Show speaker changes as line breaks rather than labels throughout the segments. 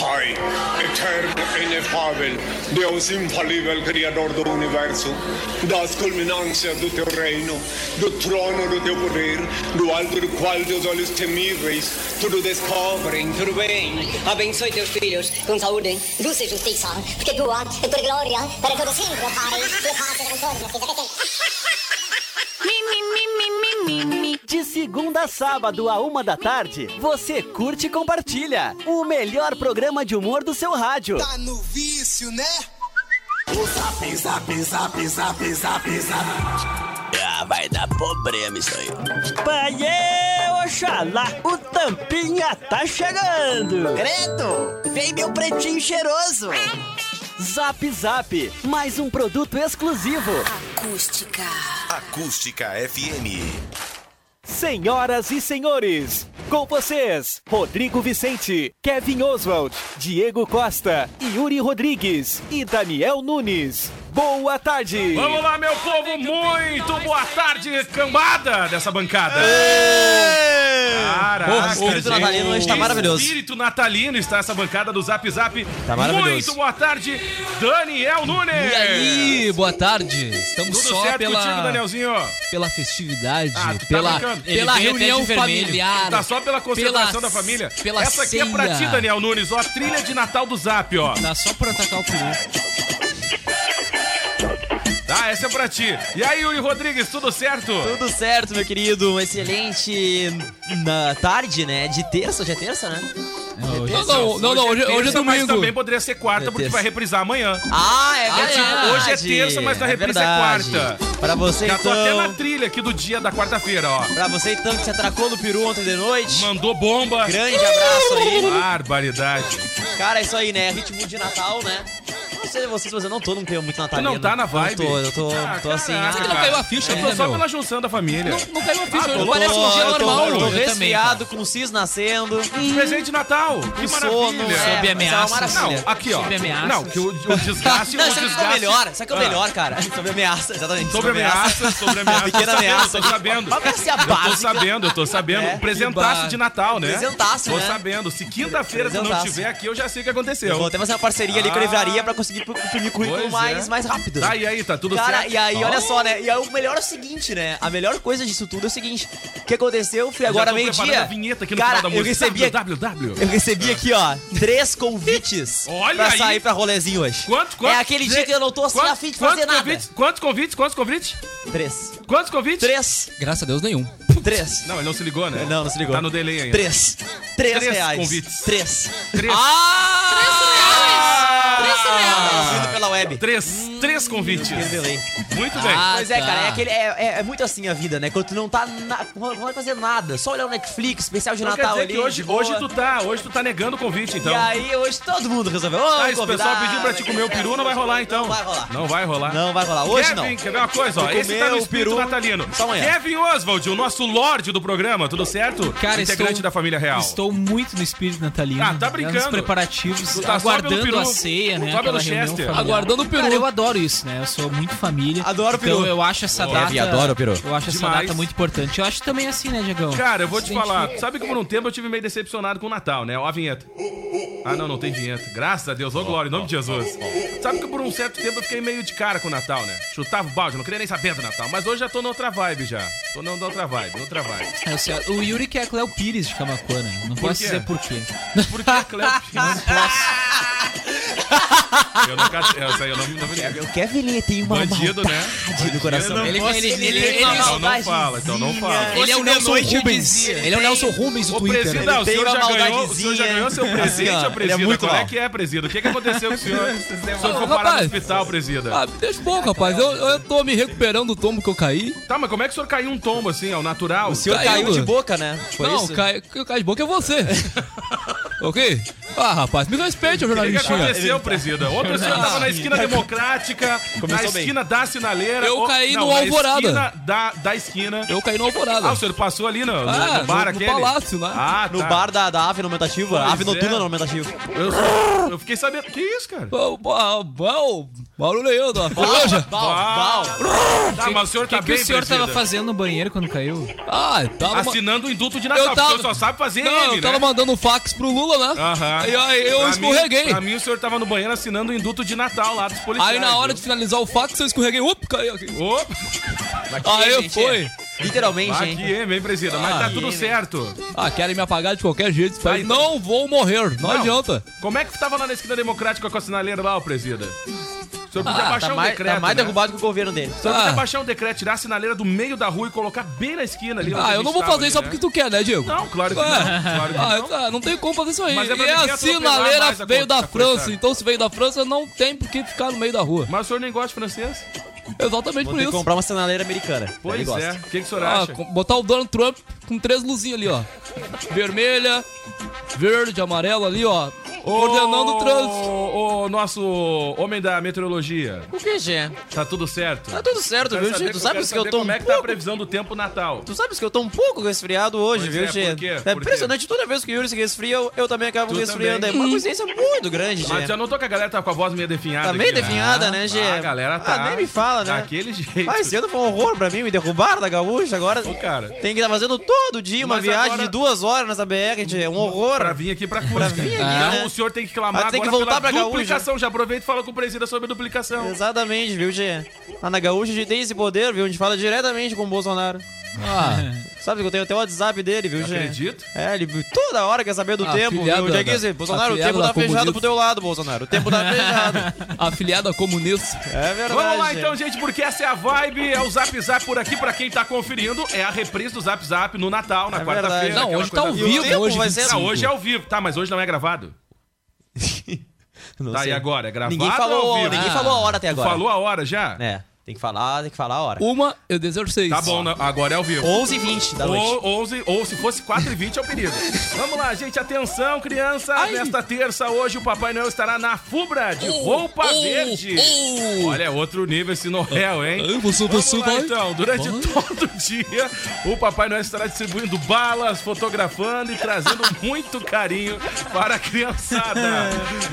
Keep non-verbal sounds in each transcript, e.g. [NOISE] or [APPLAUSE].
Pai, eterno, inefável, Deus infalível, Criador do Universo, das culminâncias do teu reino, do trono do teu poder, do alto do qual teus olhos temíveis tudo descobrem, tudo bem.
Abençoe teus filhos com saúde,
luz e justiça, porque tua é tua glória, para todo sempre, Pai, e paz e contorno.
De segunda a sábado, a uma da tarde, você curte e compartilha o melhor programa de humor do seu rádio.
Tá no vício, né?
O zap, zap, zap, zap, zap, zap. Ah, vai dar problema isso aí.
Paiê,
é,
Oxalá, o Tampinha tá chegando.
Credo, vem meu pretinho cheiroso.
Zap Zap, mais um produto exclusivo.
Ah.
Acústica.
Acústica FM.
Senhoras e senhores, com vocês, Rodrigo Vicente, Kevin Oswald, Diego Costa, Yuri Rodrigues e Daniel Nunes. Boa tarde!
Vamos lá, meu povo, muito boa tarde, cambada dessa bancada.
Caraca, Porra, o espírito gente. natalino hoje tá maravilhoso. O
espírito natalino está essa bancada do Zap Zap.
Tá maravilhoso.
Muito boa tarde, Daniel Nunes. E
aí, boa tarde. Estamos
Tudo
só
certo
pela
contigo, Danielzinho?
pela festividade,
Ah, tu tá
pela
brincando. Ele
pela
veio
reunião
até de vermelho.
familiar.
Tá só pela concentração da família.
pela
Essa aqui é pra
ceia.
ti, Daniel Nunes, ó, a trilha de Natal do Zap, ó.
Dá Tá só pra atacar o peru.
Tá, essa é pra ti. E aí, Yuri Rodrigues, tudo certo?
Tudo certo, meu querido. Uma excelente na tarde, né? De terça, hoje é terça, né?
Não,
não, não, não, hoje- hoje é
terça, Mas
domingo.
também poderia ser quarta, porque
terça.
vai reprisar amanhã.
Ah, é verdade.
hoje é terça, mas na reprise é
verdade.
quarta.
Pra você,
Já tô até na
então...
trilha aqui do dia da quarta-feira, ó.
Pra você, então, que se atracou no peru ontem de noite.
Mandou bomba.
Grande abraço aí.
Barbaridade.
Cara, é isso aí, né? Ritmo de Natal, né? Não sei vocês, mas eu não tô num clima muito
Tu
natalino.
não tá na vibe?
Eu tô, eu tô,
Ah,
tô assim...
caraca,
ah,
cara.
eu
a ficha,
Eu
né,
tô só
meu?
pela junção da família.
Não caiu a ficha,
Ah,
não
tô
parece um dia
tô- eu tô-
normal.
Eu tô
Eu também,
resfriado, com o cis nascendo.
é Presente de Natal. Que
sono,
maravilha.
é,
Sob
mas
ameaças.
É uma maravilha.
Não, aqui, ó.
Sob ameaças.
Não, que o, o desgaste...
Não,
o
isso aqui é o
desgaste...
melhor, isso aqui é o
Ah.
melhor, cara. Sobre ameaça, exatamente.
Sobre ameaça, sobre
[LAUGHS]
ameaça.
Pequena ameaça.
Tô sabendo,
Mas
tô
essa é a
sabendo. Eu tô
básica.
sabendo, eu tô sabendo.
É.
Um presentaço de Natal, né?
Presentaço,
Tô
né?
sabendo. Se quinta-feira tu não
Presentaço.
tiver aqui, eu já sei o que
Eu vou
aconteceu.
até fazer uma parceria ali com a livraria pra conseguir pu- imprimir currículo
Pois é.
mais, mais rápido.
Tá, e aí, tá tudo
Cara,
certo?
e aí,
Ó.
olha só, né? E aí, o melhor é o seguinte, né? A melhor coisa disso tudo é o seguinte: o que aconteceu foi
Eu já
agora
tô preparando
meio-dia.
a vinheta aqui no
Cara,
final da
eu
música. Tá.
recebi, [LAUGHS]
www.
eu recebi aqui, ó, três convites
[LAUGHS] Olha
pra
aí.
sair pra rolezinho hoje.
Quanto, quanto?
É aquele dia que eu não tô assim
Quanto-
afim de fazer
quantos
nada.
Convites, quantos convites? Quantos convites?
Três.
Quantos convites?
Três.
Graças a Deus, nenhum.
Três.
Não, ele não se ligou, né?
Não, não se ligou.
Tá no delay ainda.
Três. Três
Três
reais.
convites.
Três.
Três.
Ah! Traduzido pela web.
Três, três convites.
Aquele Hum, delay.
Muito bem.
Ah,
[LAUGHS] Pois é,
tá.
cara, é, aquele, é, é- é muito assim a vida, né? Quando tu não tá na, não vai fazer nada, só olhar o Netflix, especial de
Então quer
Natal
dizer
ali.
que hoje,
de boa.
hoje tu tá, hoje tu tá negando o convite, então.
E aí hoje todo mundo resolveu. Ô,
Ah, esse
convidado,
pessoal pediu pra te comer o peru, não vai rolar então.
Não vai rolar.
Não vai rolar.
Não vai rolar. Hoje
Kevin,
não.
quer ver uma coisa, ó?
Vou
Esse
comer
tá no
o
espírito
peru
natalino.
só amanhã.
Kevin Oswald, o nosso lorde do programa, tudo certo?
Cara,
Integrante
estou,
da família real.
Estou muito no espírito natalino. né?
Ah, tá brincando.
Nos
[LAUGHS]
preparativos,
Tu tá só
aguardando
pelo peru,
a ceia, né?
só pelo
aquela reunião
Chester.
familiar.
Aguardando o peru.
Cara, eu adoro isso, né? Eu sou muito família.
Adoro o peru.
Então eu acho essa
Boa.
data...
Kevin, adora o peru.
Eu acho essa
Demais.
data muito importante. Eu acho também assim, né, Diagão?
Cara, eu vou te
Gente,
falar.
é.
Tu Sabe que por um tempo eu tive meio decepcionado com o Natal, né? Ó a vinheta. Ah, não, não tem vinheta. Graças a Deus, ô glória, em nome de Jesus. Sabe que por um certo tempo eu fiquei meio de cara com o Natal, né? Chutava o balde, não queria nem saber do Natal. Mas hoje já tô noutra vibe já. Tô na- noutra vibe, noutra vibe.
é o céu. O Yuri que é Cléo Pires de Camacuã, né? Não posso
quê?
dizer por quê.
Por que
[LAUGHS]
Cleo Não posso. Eu nunca. Essa aí eu não, não me lembro.
O Kevin tem uma
Bandido, né?
maldade no coração.
Ele- ele- ele- ele-
Então não fala, então não fala.
Ele é o
Hoje na
Nelson
noite eu
Rubens.
dizia.
Ele é o Nelson Rubens do
Ô,
Twitter.
presida,
né?
o senhor,
tem
já
uma
ganhou, o
maldadezinha.
senhor já ganhou seu
Assim,
presente,
ó,
ô,
ele é
presida?
muito
Qual é
mal.
que é, presida? O que, que aconteceu com o
[LAUGHS]
senhor? O senhor foi
Ô,
parar no
é rapaz.
hospital, presida.
Ah, me deixa pouco, rapaz. Eu, eu tô me recuperando do tombo que eu caí.
Tá, mas como é que o senhor caiu um tombo assim, ao natural?
O senhor caiu
Caiu.
de boca, né?
é
Foi
não,
isso?
cai, quem cai de boca
[LAUGHS]
é você. ok? Ah, rapaz, me respeite, ô
O que, que
jornalistinha.
aconteceu,
tá
presida? Outro senhor tava na esquina democrática, na
Começou bem.
esquina da sinaleira.
Eu
ou-
caí
não,
no
na
Alvorada.
esquina da, da esquina.
Eu caí no alvorada.
Ah, o senhor passou ali no, no-
Ah,
no bar
no- no
aquele?
palácio lá.
Ah,
No
tá.
bar da, da ave no aumentativo, a ave
Pois é.
noturna no aumentativo.
Eu, eu fiquei sabendo. Que isso, cara?
Bom, bom, bom. Mauro Leão, da Coruja.
Val. Tá, mas o senhor
que
tá
que
bem,
o senhor
presida?
tava fazendo no banheiro quando caiu? Ah, eu tava...
Assinando o induto de Natal,
Eu tava-
porque o senhor só sabe fazer
Não,
ele,
eu tava
né?
mandando fax pro Lula, né?
Aham.
Aí, aí eu
Pra mim-
escorreguei.
pra mim, é o senhor tava no banheiro assinando o induto de Natal lá dos policiais.
Aí na hora de finalizar o fax, eu escorreguei. Opa, caiu aqui.
Opa!
Aí
gente,
foi.
Literalmente,
Aqui,
hein?
hein, bem, presida, mas
Ah,
tá
que
tudo
é,
certo.
Ah, querem me apagar de qualquer jeito.
Tá, então.
Não vou morrer, não,
Não.
adianta.
Como é que tu tava lá na esquina democrática com a sinaleira lá, ô presida? O senhor podia
Ah,
baixar
tá
um
mais,
decreto.
tá mais
né?
derrubado que o governo dele.
O senhor podia
Ah.
baixar um decreto, tirar a sinaleira do meio da rua e colocar bem na esquina ali. onde
Ah,
a
eu não
gente
vou
tava
fazer
ali,
só
né?
porque tu quer, né, Diego?
Não, claro que
Ué.
não. Claro que
Ah,
não.
tá, não tem como fazer isso aí.
Então, Mas é pra
e
ninguém
a
atropelar
sinaleira
mais a
veio da
coisa,
França.
coitado.
Então, se veio da França, não tem por que ficar no meio da rua.
Mas o senhor nem gosta de francês?
Exatamente
Vou
por
ter que
isso.
comprar uma sinaleira americana. Ele
Pois
gosta.
é. O que, que o senhor
Ah,
acha?
com- botar o Donald Trump com três luzinhas ali, ó. Vermelha, verde, amarelo ali, ó. Ordenando o trânsito.
O, nosso homem da meteorologia.
O que, Gê?
Tá tudo certo?
Tá tudo certo,
Quero
viu,
saber-
Gê? Tu sabes
quero
que eu
saber
tô um
Como é que tá a
pouco...
previsão do tempo natal?
Tu sabes que eu tô um pouco resfriado hoje,
Pois
viu,
é,
Gê?
por quê? Por quê?
É impressionante, toda vez que o Yuri se resfria, eu, eu também acabo
Tu
resfriando.
também.
É uma coincidência muito grande,
Mas
Gê.
já notou que a galera tá com a voz meio definhada?
Tá meio
aqui, né?
definhada, né, Gê?
Ah, a galera tá.
Ah, nem me fala, né?
Daquele jeito.
Ah, esse ano foi um horror pra mim, me derrubaram da gaúcha agora.
Ô, cara.
Tem que estar fazendo todo dia uma
Mas
viagem
agora-
de duas horas nessa BR, gente. É um
Pra
horror.
vir aqui pra Cusco.
vir aqui,
então
né?
o senhor tem que clamar
Ah,
agora
tem que voltar
pela
pra Gaúcha.
duplicação. Já aproveita e fala com o presidente sobre a duplicação.
Exatamente, viu, Gê? Lá na gaúcha a gente tem esse poder, viu? A gente fala diretamente com o Bolsonaro.
Ah,
Sabe que eu tenho até o WhatsApp dele, viu, Gê?
Acredito.
É, ele toda hora quer saber do
Afiliado
tempo. viu? O
da-
Dieguinho, Bolsonaro, o
afiliado
tempo
da
tá fechado
comunista.
pro teu lado, Bolsonaro. O tempo tá [LAUGHS] fechado.
afiliada comunista.
É verdade.
Vamos lá
Gê.
então, gente, porque essa é a vibe, é o Zap Zap por aqui, pra quem tá conferindo, é a reprise do Zap Zap no Natal, na
É
quarta-feira.
verdade. Não,
aquela
hoje tá
coisa
ao
toda.
E o
vivo
tempo
hoje,
vai ser-
Não, hoje é ao vivo, tá, mas hoje não é gravado.
[LAUGHS] Não
Tá,
sei.
e agora? É gravado
Ninguém falou,
ou ao vivo?
ninguém Ah. falou a hora até agora.
Falou a hora já?
É, tem que falar, tem que falar a hora.
Uma, eu desejo seis.
Tá bom, né? agora é ao vivo.
11h20 da noite.
Ou, 11, ou se fosse 4 e 20 é o
[LAUGHS]
perigo. Vamos lá, gente, atenção, criança. Nesta terça, hoje, o Papai Noel estará na Fubra de
Uh,
roupa verde. Olha, é outro nível esse Noel, hein?
Ai, você
Vamos
desceu,
lá,
vai.
então. Durante
Vai.
todo o dia, o Papai Noel estará distribuindo balas, fotografando e
[LAUGHS]
trazendo muito carinho para a criançada.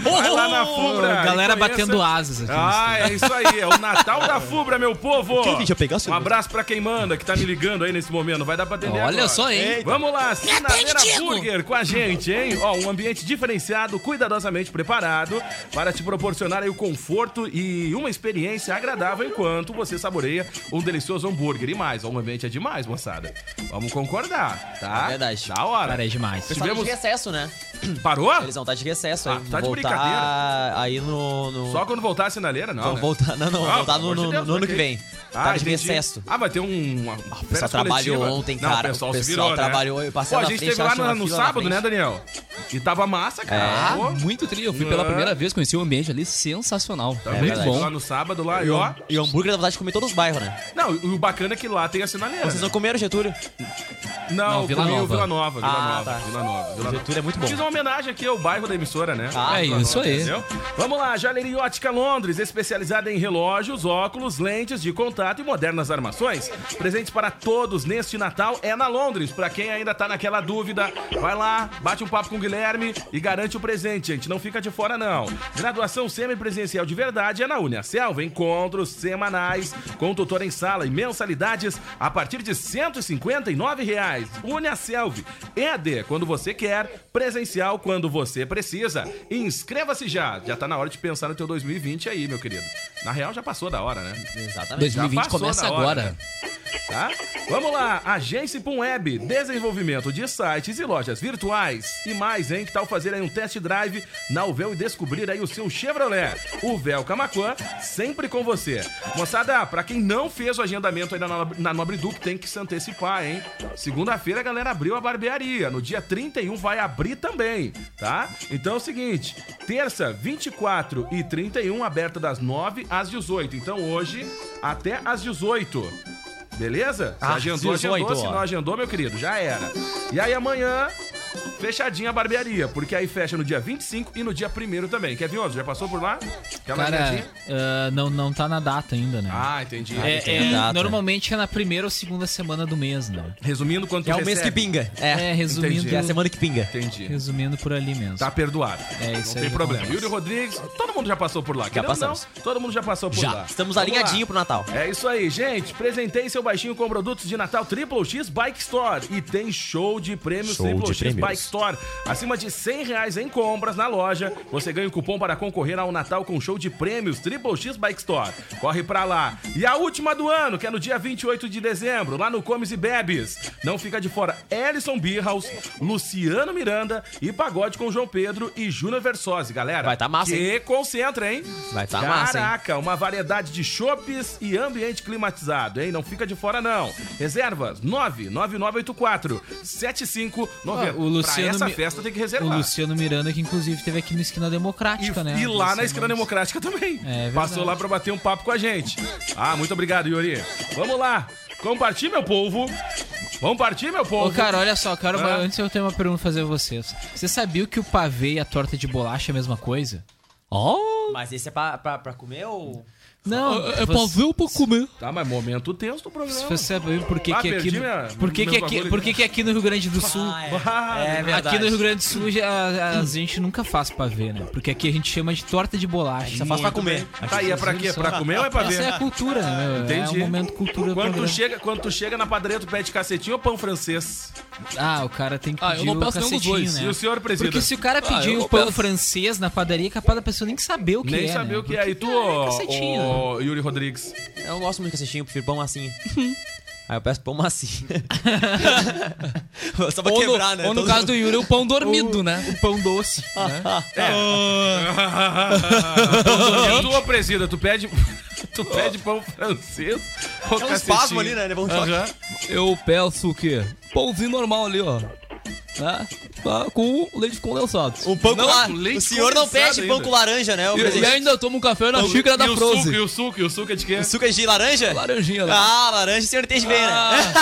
Vai lá na Fubra.
Galera
e conheça-
batendo asas aqui no
Ah, é isso aí. É o Natal
[LAUGHS]
da Fubra, meu povo.
Quem deixa eu pegar o seu
Um abraço pra quem manda, que tá me ligando aí nesse momento. Vai dar pra atender
Olha
agora.
só, hein?
Vamos lá, Sinaleira
atende, Diego.
Burger com a gente, hein? Ó, um ambiente diferenciado, cuidadosamente preparado para te proporcionar aí o conforto e uma experiência agradável enquanto você saboreia um delicioso hambúrguer. E mais, ó, o ambiente é demais, moçada. Vamos concordar, tá?
É verdade.
Da hora.
Cara, é demais.
Pessoal tá
Tivemos-
de recesso, né?
Parou?
Eles vão estar de recesso
Ah,
aí.
tá
vão
de
voltar
brincadeira.
Aí no. no...
Só quando voltar a sinaleira, não.
vão
né?
voltar. Não, não,
Ah,
vão voltar
pelo
no,
amor de
no-
Deus,
no ano
mas
que vem.
quem-
tá de
Ah, entendi.
recesso.
Ah, vai ter um. uma
O
férias
pessoal trabalhou
coletiva.
ontem,
Não,
cara.
o pessoal, se
pessoal
virou,
trabalhou.
né?
Eu passei
Pô, a
na
gente
frente,
teve lá
acho,
no,
na
no
fila na
sábado, né,
frente.
Daniel? E tava massa, cara.
É,
Pô.
Muito tri, eu fui pela
Ah.
primeira vez, conheci o ambiente ali, sensacional. É
Tá
muito
vendo? Lá
bom.
no sábado, lá, e ó.
E o hambúrguer dá vontade de comer todos os bairros, né?
Não, e o bacana é que lá tem a sinaleira. né?
Vocês não comeram, Getúlio?
Não,
Não,
Vila, Nova. Vila
Vila Nova.
Nova. Vila
Ah,
Nova,
tá.
Vila Nova. Vila Nova.
Getúlio é muito bom.
Fiz uma homenagem aqui ao bairro da emissora, né?
Ah,
É
Vila
isso
Nova,
aí.
entendeu? Vamos lá, Jaleria Ótica Londres, especializada em relógios, óculos, lentes de contato e modernas armações. Presentes para todos neste Natal é na Londres. Pra quem ainda tá naquela dúvida, vai lá, bate um papo com o Guilherme e garante o presente, gente. Não fica de fora, não. Graduação semipresencial de verdade é na Uniaselva. Encontros semanais com tutor em sala e mensalidades a partir de R$ 159 reais. Uniaselv, EAD, quando você quer, presencial quando você precisa. Inscreva-se já. Já tá na hora de pensar no teu 2020 aí, meu querido. Na real, já passou da hora, né?
Exatamente.
2020
passou
começa
da hora, né?
agora.
Tá? Vamos lá, Agência Pum Web, desenvolvimento de sites e lojas virtuais. E mais, hein? Que tal fazer aí um test drive na Uvel e descobrir aí o seu Chevrolet? O Véu Camaquã, sempre com você. Moçada, pra quem não fez o agendamento aí na, Nobre- na Nobre Duque, tem que se antecipar, hein? Segunda-feira a galera abriu a barbearia. No dia 31 vai abrir também, tá? Então é o seguinte, terça, 24 e 31, aberta das 9 às 18. Então hoje, até às 18. Beleza? Se
Ah, 18,
agendou, agendou. Se
ó.
não agendou, meu querido, já era. E aí amanhã, Fechadinha a barbearia, porque aí fecha no dia 25 e no dia 1 também. Kevin Oso, já passou por lá? Aquela
Cara,
giradinha?
ah, não, não tá na data ainda, né?
Tá Ah, entendi.
É,
Ah, tem
é,
a data.
Normalmente é na primeira ou segunda semana do mês, né?
Resumindo, quanto
É o mês que pinga. É. É, resumindo-
Entendi.
É a semana
que pinga. Entendi.
Resumindo por ali mesmo.
Tá perdoado. Não
É isso aí
tem
já
problema.
acontece.
Yuri Rodrigues, todo mundo já passou por lá. Querendo ou
passamos.
não, todo mundo já passou por
Já.
lá.
Estamos
Vamos
alinhadinho
lá.
pro Natal.
É isso aí, gente. Presentei seu baixinho com produtos de Natal Triple X Bike Store. E tem show de prêmios
Show
Triple
de
X
prêmios.
Bike Store. Acima de 100 reais em compras na loja, você ganha o cupom para concorrer ao Natal com show de prêmios Triple X Bike Store. Corre pra lá. E a última do ano, que é no dia 28 de dezembro, lá no Comes e Bebes. Não fica de fora Ellison Birhaus, Luciano Miranda e Pagode com João Pedro e Júnior Versosi, galera. Vai tá
massa,
Que
hein?
concentra, hein?
Vai tá
Caraca,
massa, hein?
Caraca, uma variedade de chopes e ambiente climatizado, hein? Não fica de fora, não. Reservas 99984 7590.
Ah, o Luciano
pra essa
Mi-
festa tem que
O
reservar.
Luciano Miranda, que inclusive teve aqui no Esquina Democrática, né?
E lá na
Essa
Esquina Democrática também.
É verdade.
Passou lá pra bater um papo com a gente. Ah, muito obrigado, Yuri. Vamos lá. Vamos partir, meu povo. Vamos partir, meu povo.
Ô, cara, olha só, cara,
Ah.
mas antes eu tenho uma pergunta pra fazer a vocês. Você sabia que o pavê e a torta de bolacha é a mesma coisa? Oh!
Mas esse é pra, pra, pra comer ou.
Não,
É- é
pavê
ou pra comer?
Tá, mas momento tenso do programa.
Se você sabe por que,
Ah,
que aqui
perdi
no,
minha-
por que, que
meus
aqui,
bagulho
por que, que aqui no Rio Grande do Sul,
Ah, é. É
aqui
verdade.
no Rio Grande do Sul já- a, a gente nunca faz pavê, né? Porque aqui a gente chama de torta de bolacha.
Só faz pra
Muito
comer.
bem.
Tá, e é pra quê? É pra comer ou é pra ver?
Essa é a cultura, né?
Entendi.
É um momento cultura.
Quando tu,
programa.
chega, quando tu chega na padaria, tu pede cacetinho ou pão francês?
Ah, o cara tem que
Ah, eu
pedir
não
o
peço nenhum dos
cacetinho,
dois.
né?
E o senhor, presida?
Porque se o cara
Ah, eu
pedir
não
o pão
peço.
francês na padaria, é capaz da pessoa nem saber o que é,
Nem
né?
sabia o que é.
Porque
E tu,
é cacetinho, né?
ô, ô, Yuri Rodrigues?
Eu não gosto muito de cestinho, eu prefiro pão macio. Aí eu peço pão macio. [LAUGHS] Só pra
é. Ou no-
quebrar, né?
ou no
Todo-
caso do Yuri, o pão dormido, né?
O pão doce.
É. e [LAUGHS] tu, ô, presida, tu
[LAUGHS]
pede, tu pede pão francês ou
É um
cacetinho?
espasmo ali, né? Levou um choque.
Aham.
Eu peço o quê? Pãozinho normal ali, ó. Né? Tá, Com leite condensado. Um
pão com la- o senhor não pede pão com laranja, né, ô
E, e
presidente?
ainda eu tomo um café na
Pão-
é
xícara da
e o
Frozen.
suco, e
o suco? E o suco é de quê?
O suco é de laranja?
Laranjinha, né?
Ah, laranja, o senhor entende bem,
Ah,
né?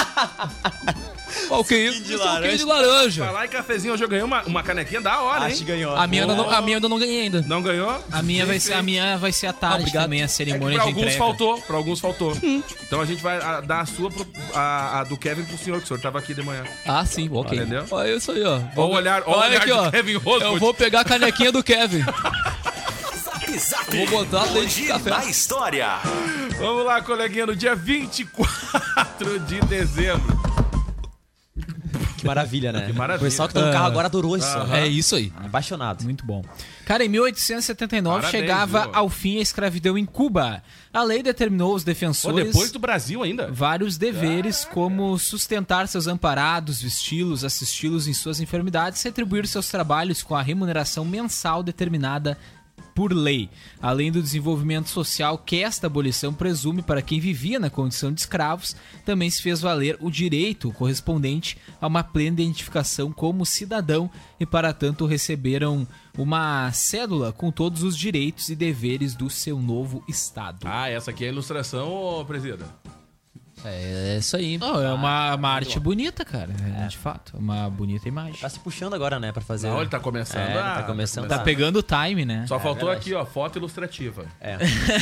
[LAUGHS]
Qual que é isso?
de laranja.
de laranja.
Falar em cafezinho, hoje eu ganhei uma, uma canequinha da
Ah,
hora, hein?
Ah, Acho que ganhou.
A minha, ainda não, a minha ainda não ganhei ainda.
Não ganhou?
A minha, vai
Enfim.
ser, a minha vai ser a tarde também, a cerimônia
Pra
Ah, de
alguns
entrega. Hum.
faltou, pra alguns faltou. Então a gente vai ah, dar a sua, pro- a, a do Kevin pro senhor, que o senhor tava aqui de manhã.
Ah, sim, ok.
Entendeu?
Olha isso aí, ó.
Ó o olhar- ó o olhar do Kevin Roswood.
Eu vou pegar a canequinha do Kevin.
Zap, zap.
Vou botar leite de
Hoje
café.
na história.
Vamos lá, coleguinha, no dia 24 de dezembro.
Que maravilha, né?
Que maravilha.
O pessoal que tá no carro agora adorou isso.
Aham.
né?
É
isso aí.
Apaixonado.
Muito bom. Cara, em 1879
Parabéns,
chegava
viu?
ao fim a escravidão em Cuba. A lei determinou aos
Pô,
defensores
depois do Brasil ainda.
vários deveres, como sustentar seus amparados, vesti-los, assisti-los em suas enfermidades, retribuir seus trabalhos com a remuneração mensal determinada por lei, além do desenvolvimento social que esta abolição presume para quem vivia na condição de escravos, também se fez valer o direito correspondente a uma plena identificação como cidadão e para tanto receberam uma cédula com todos os direitos e deveres do seu novo estado.
Ah, essa aqui é a ilustração, ô, presida.
É isso aí.
Não, é uma, uma arte bonita, cara. É, De fato, uma bonita imagem.
Tá se puxando agora, né, pra fazer.
Não, ele tá começando
É, ele
a-
tá começando.
Tá
a-
pegando o time, né?
Só
É,
faltou
verdade.
aqui, ó, foto [LAUGHS] ilustrativa.
É.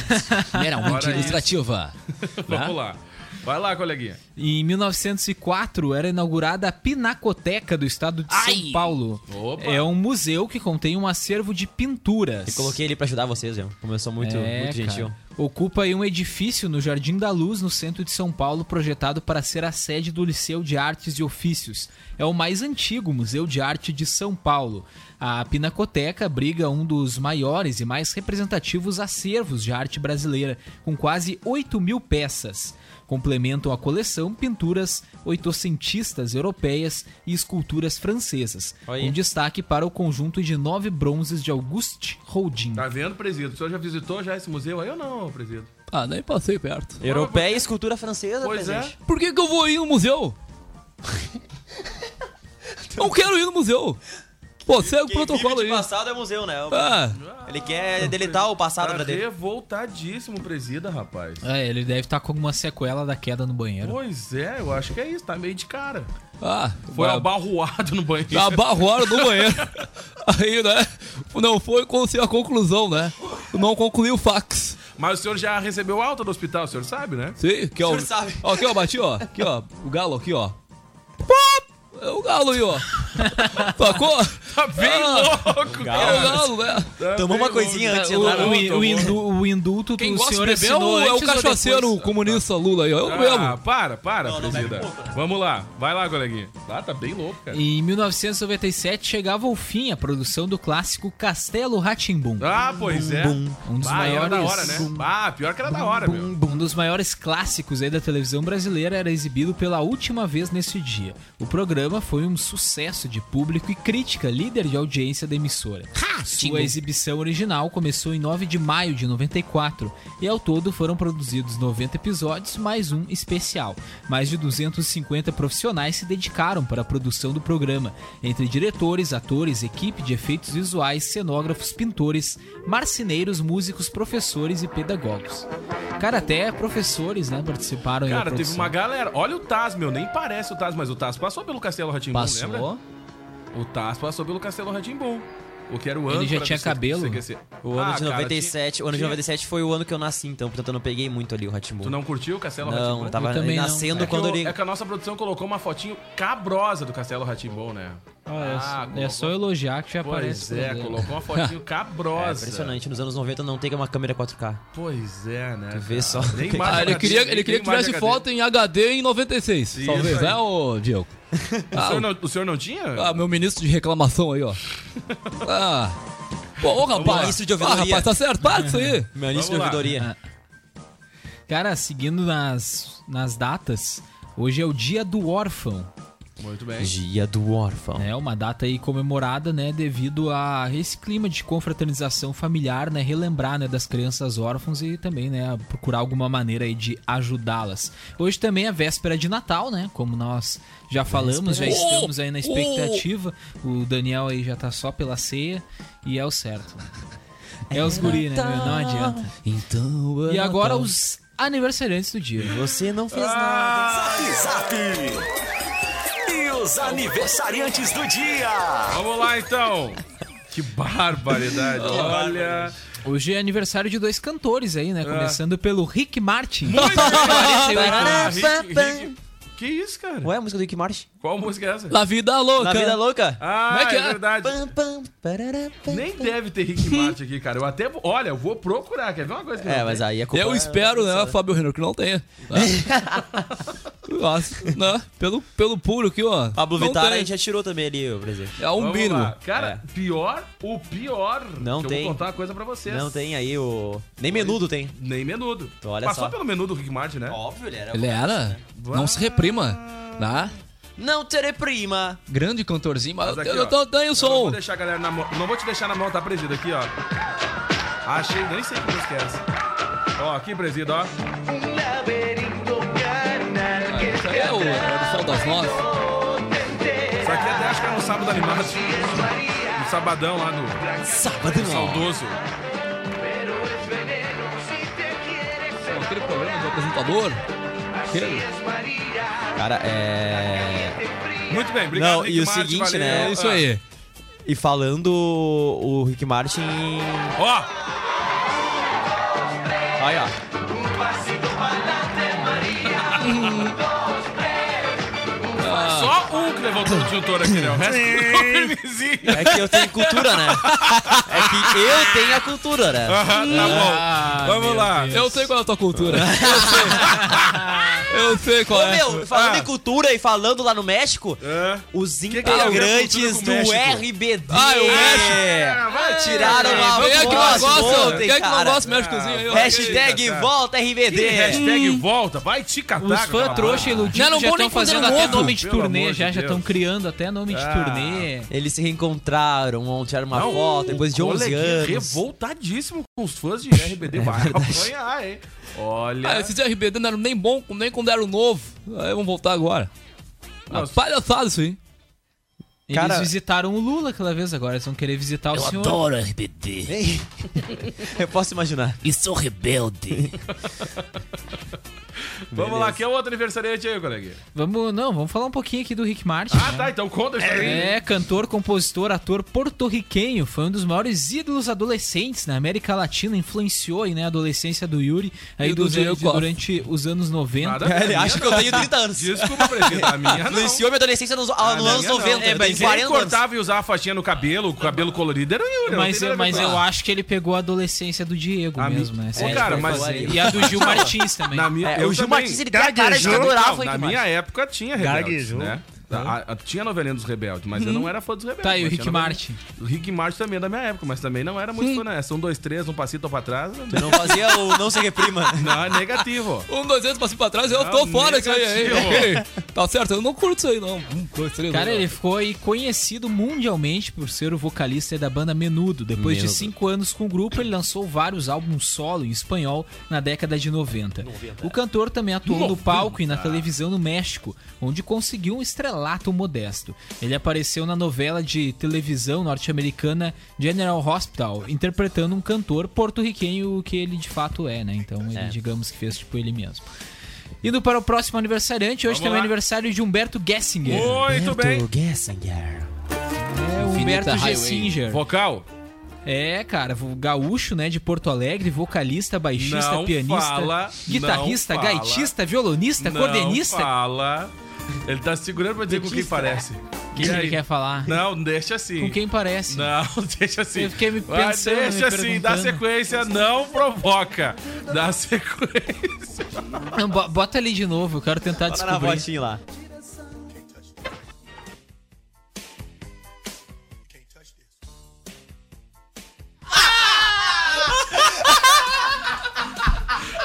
[LAUGHS] Agora
Meramente
é isso.
ilustrativa.
Vamos lá. Vai lá, coleguinha.
Em 1904 era inaugurada a Pinacoteca do Estado de São Paulo.
Opa.
É um museu que contém um acervo de pinturas.
Eu coloquei ele pra ajudar vocês, viu? Começou muito,
É,
muito
cara.
gentil.
Ocupa aí um edifício no Jardim da Luz, no centro de São Paulo, projetado para ser a sede do Liceu de Artes e Ofícios. É o mais antigo Museu de Arte de São Paulo. A Pinacoteca abriga um dos maiores e mais representativos acervos de arte brasileira, com quase 8 mil peças. Complementam a coleção pinturas oitocentistas europeias e esculturas francesas,
Olha aí.
com destaque para o conjunto de nove bronzes de Auguste Rodin.
Tá vendo, presida? O senhor já visitou já esse museu aí ou não, presida?
Ah, nem passei perto.
Europeia e escultura francesa,
Pois é.
presente.
Por que, que eu
[LAUGHS]
vou ir no museu? não quero ir no museu. Pô,
Um
segue o protocolo
vive
aí.
de passado é museu, né?
Ah.
Ele quer deletar o passado
Tá
pra dele.
revoltadíssimo, presida, rapaz.
É, ele deve estar com alguma sequela da queda no banheiro.
Pois é, eu acho que é isso, tá meio de cara.
Ah,
Foi
vai-
abarroado no banheiro.
Abarroaram no
[LAUGHS]
banheiro. Aí, né? Não foi com a conclusão, né? Não concluiu o fax.
Mas o senhor já recebeu alta do hospital, o senhor sabe, né?
Sim, que ó.
O senhor sabe.
Ó, aqui, ó, bati, ó. Aqui, ó. O galo, aqui, ó. Pop! É o
[LAUGHS]
galo aí, ó. Tacou?
Tá bem louco,
cara. É o galo, né?
Ah, Tomou uma coisinha antes de
O,
entrar no
o, in- o, indu- o indulto
tá Quem
do
gosta de
senhor
beber é o,
assinou
é o
antes ou
cachaceiro
depois?
comunista Lula aí, ó. Eu
Ah,
mesmo.
para, para, presida. Vamos lá, vai lá, coleguinha. Ah, tá bem louco, cara.
Em 1997 chegava ao fim a produção do clássico Castelo Ratimbum.
Ah, pois é.
Um dos
ah,
maiores.
era da hora, né? Ah, pior que era da hora, meu.
Um dos maiores clássicos aí da televisão brasileira era exibido pela última vez nesse dia. O programa foi um sucesso de público e crítica, líder de audiência da emissora. Sua exibição original começou em 9 de maio de 94 e ao todo foram produzidos 90 episódios mais um especial. Mais de 250 profissionais se dedicaram para a produção do programa, entre diretores, atores, equipe de efeitos visuais, cenógrafos, pintores, marceneiros, músicos, professores e pedagogos. Cara, até professores, né, participaram aí da
Cara, teve
produção.
uma galera. Olha o Taz, meu. Nem parece o Taz, mas o Taz passou pelo Castelo Ratimbum,
Passou.
lembra? O Taz passou pelo Castelo Ratimbum. O que era o
Ele
ano
já tinha cabelo?
O
Ah,
ano de 97, o ano de 97 foi o ano que eu nasci, então, portanto eu não peguei muito ali o Ratimu.
Tu não curtiu o Castelo
Não,
Rá-Tim-Bum?
tava Eu também não. nascendo
É que
quando
o-
ele-
É que a nossa produção colocou uma fotinho cabrosa do Castelo Ratimbom, né?
Ah, é,
colocou-
é só elogiar que já
Pois
aparece.
é,
o programa.
colocou uma fotinho
né? [LAUGHS] É
cabrosa.
impressionante, nos anos 90 não tem uma câmera 4K.
Pois é, né?
Tu vê
cara?
só.
Nem mais
Ah, ele
HD,
queria, ele
nem
queria que
mais
tivesse
HD.
foto em HD em 96.
Isso
talvez,
aí.
né, ô Diego?
O senhor, não, o senhor não tinha?
Ah, meu ministro de reclamação
[LAUGHS]
aí, ó. Ah. Pô, ô, rapaz.
Ministro de
ah,
ouvidoria.
rapaz, tá certo. Para disso aí.
Ministro de
Vamos lá.
ouvidoria.
Cara, seguindo nas, nas datas, hoje é o Dia do Órfão.
Muito bem.
Dia do órfão.
É uma data aí comemorada, né, devido a esse clima de confraternização familiar, né, relembrar, né, das crianças órfãos e também, né, procurar alguma maneira aí de ajudá-las. Hoje também é véspera de Natal, né, como nós já falamos, já
Véspera.
estamos aí na expectativa. O Daniel aí já tá só pela ceia e é o certo. É os guri, né, meu? não adianta.
Então é
E agora
Natal.
os aniversariantes do dia.
Você não
Ah.
fez
[LAUGHS]
nada.
Zap Zap. E os aniversariantes do dia.
Vamos lá, então. Que barbaridade. Olha.
Hoje é aniversário de dois cantores aí, né? Começando pelo Rick Martin.
Ah, Rick- Rick- Que isso, cara?
Ué, é a música do Rick Martin?
Qual música é essa?
La vida louca.
Na vida louca?
Ah,
Como é que
é,
é?
verdade.
Pam, pam, parará, pam,
Nem
pam.
deve ter Rick Martin aqui, cara. Eu até vou... Olha, eu vou procurar. Quer ver uma coisa que
É,
não
mas
tem?
aí a culpa
Eu espero, né, Fábio Renner, que não tenha.
[LAUGHS]
Né? Eu acho, né? Pelo, pelo puro aqui, ó.
Pablo
não
Vittar a
tem.
gente já tirou também ali, ô, Brasil.
É um
Vamos
bino.
lá. Cara, pior, o pior.
Não
que Eu
tem.
vou contar uma coisa pra vocês.
Não tem aí o. Nem menudo tem.
Nem menudo.
Então, olha
Passou
só.
pelo menudo o Rick Martin, né?
Óbvio, ele era.
Ele era? Não se reprima, tá?
Não terei prima.
Grande cantorzinho, mas,
Mas aqui,
eu,
ó. Então
eu, tô- tenho
Eu não
som.
vou deixar a galera na mão. Não vou te deixar na mão, tá presida aqui, ó. Achei, nem sei que música é essa. Ó, aqui, presida, ó.
Isso aí é o, é do Sol das Nove.
Isso aqui até acho que era um sábado animado. Um sabadão lá no
Sábado
saudoso.
Aquele programa do apresentador. Aquele.
Cara, é.
Muito bem, obrigado.
Não, e
Rick
o
Martin,
seguinte,
valeu.
né?
É isso aí.
E falando o Rick Martin.
Ah, Ó,
Aí, ó.
só um que levantou o disjuntor aqui, né? [LAUGHS] O resto ficou firmezinho.
É que eu tenho cultura, [LAUGHS] né? É que eu tenho a cultura, né?
Aham, tá bom. Vamos lá.
Eu sei qual é a tua cultura. Eu sei. Eu sei qual
Ô,
é.
meu, falando
Ah.
em cultura e falando lá no México,
Hã?
os
que tem a ver a
integrantes
cultura com o
do
México?
RBD.
Ah, o México.
Ah, vai
É. Tiraram
tirar.
a
Quem é que não
voz
gosta?
ontem,
Quem é que não
cara.
gosta do Méxicozinho aí? ó?
Hashtag
cara.
volta
E
RBD.
hashtag volta, vai te catar.
Os fãs
cara.
trouxa e iludidos
Não, não
já
vou
estão
nem fazer
fazendo
um
até
ovo.
nome de
Pelo amor
turnê,
de
já já
Deus.
estão criando até nome de
Ah.
turnê.
Eles se reencontraram, ontem, tiraram uma
Não,
foto, depois de
o
11
coleguinha
anos.
revoltadíssimo com os fãs de
[LAUGHS]
RBD. Vai acompanhar, hein? Olha.
É Ah, esses RBD não eram nem bom, nem quando era novo. Aí vamos voltar agora. Uma
Nossa.
palhaçada isso aí.
Eles
Cara-
visitaram o Lula aquela vez agora, eles vão querer visitar o
Eu
senhor.
adoro
RBD.
Eu posso imaginar.
E sou rebelde.
Vamos lá, que é o outro aniversariante aí, colega.
Vamos, não, vamos falar um pouquinho aqui do Rick Martin. Ah,
tá, então conta a história aí.
É, cantor, compositor, ator porto-riquenho, foi um dos maiores ídolos adolescentes na América Latina, influenciou aí, né, a adolescência do Yuri aí
E do
dos
Diego
anos-
Costa.
durante os anos 90.
Nada a ver, é, Ele a acha minha que eu não. tenho 30
[LAUGHS]
anos.
Desculpa, presidente, a
[LAUGHS]
minha não.
Influenciou minha é adolescência nos,
Ah,
nos
na
anos
minha não.
90.
É,
eu tenho
mas ele
40 anos.
cortava e usava a faixinha no cabelo, o cabelo colorido era o Yuri. não
Mas,
tem nada a ver
mas
com
eu
ela.
acho que ele pegou a adolescência do Diego
A mi-
mesmo, né?
Ô,
sério,
cara,
foi
mas-
falar aí. E a do Gil Martins também.
Na minha,
É,
eu
o Gil
também.
Martins, ele tem a cara de que
Gaguejou.
adorava
Não,
o
Na
Rick
minha
Martin.
época tinha rebeldes,
Gaguejou.
né? A- a- tinha novelinha dos rebeldes, mas eu
Uhum.
não era fã dos rebeldes.
Tá, e o
mas
Rick
tinha novelinha.
Martin?
O Rick Martin também é da minha época, mas também não era muito fã, né? São dois, três, um passito pra trás. Tu
não fazia o não se
[LAUGHS]
reprima.
Não, é
[LAUGHS]
negativo.
Um, dois, três, passinho pra trás, eu
Não,
tô fora disso aí.
negativo.
hein? [LAUGHS] Ei, Tá certo, eu não curto isso aí, não. Um, dois, três.
Cara,
não.
ele ficou aí conhecido mundialmente por ser o vocalista da banda Menudo. Depois de
Menudo.
cinco anos com o grupo, ele lançou vários álbuns solo em espanhol na década de 90. O cantor também atuou no palco e na televisão no México, onde conseguiu um estrelato modesto. Ele apareceu na novela de televisão norte-americana General Hospital, interpretando um cantor porto-riquenho que ele de fato é, né? Então ele, digamos que fez tipo ele mesmo. Indo para o próximo aniversariante, hoje
Vamos
também é
lá.
aniversário de Humberto Gessinger.
Muito bem.
É o Humberto G.
Highway.
Singer.
Vocal?
É, cara, vo- gaúcho, né, de Porto Alegre, vocalista, baixista,
Não
pianista,
fala,
guitarrista,
não fala.
gaitista, violonista,
Não
é cordenista.
fala. Ele tá segurando pra dizer com quem
Petista.
parece.
Quem
E
ele
aí?
quer falar?
Não, deixa assim.
Com quem parece?
Não, [LAUGHS] deixa assim.
Eu fiquei me
Ah,
pensando, me
deixa assim, dá
perguntando.
sequência, não provoca. Dá sequência.
Não, bo- bota ali de novo, eu quero tentar
Bota na
descobrir.
vozinha lá.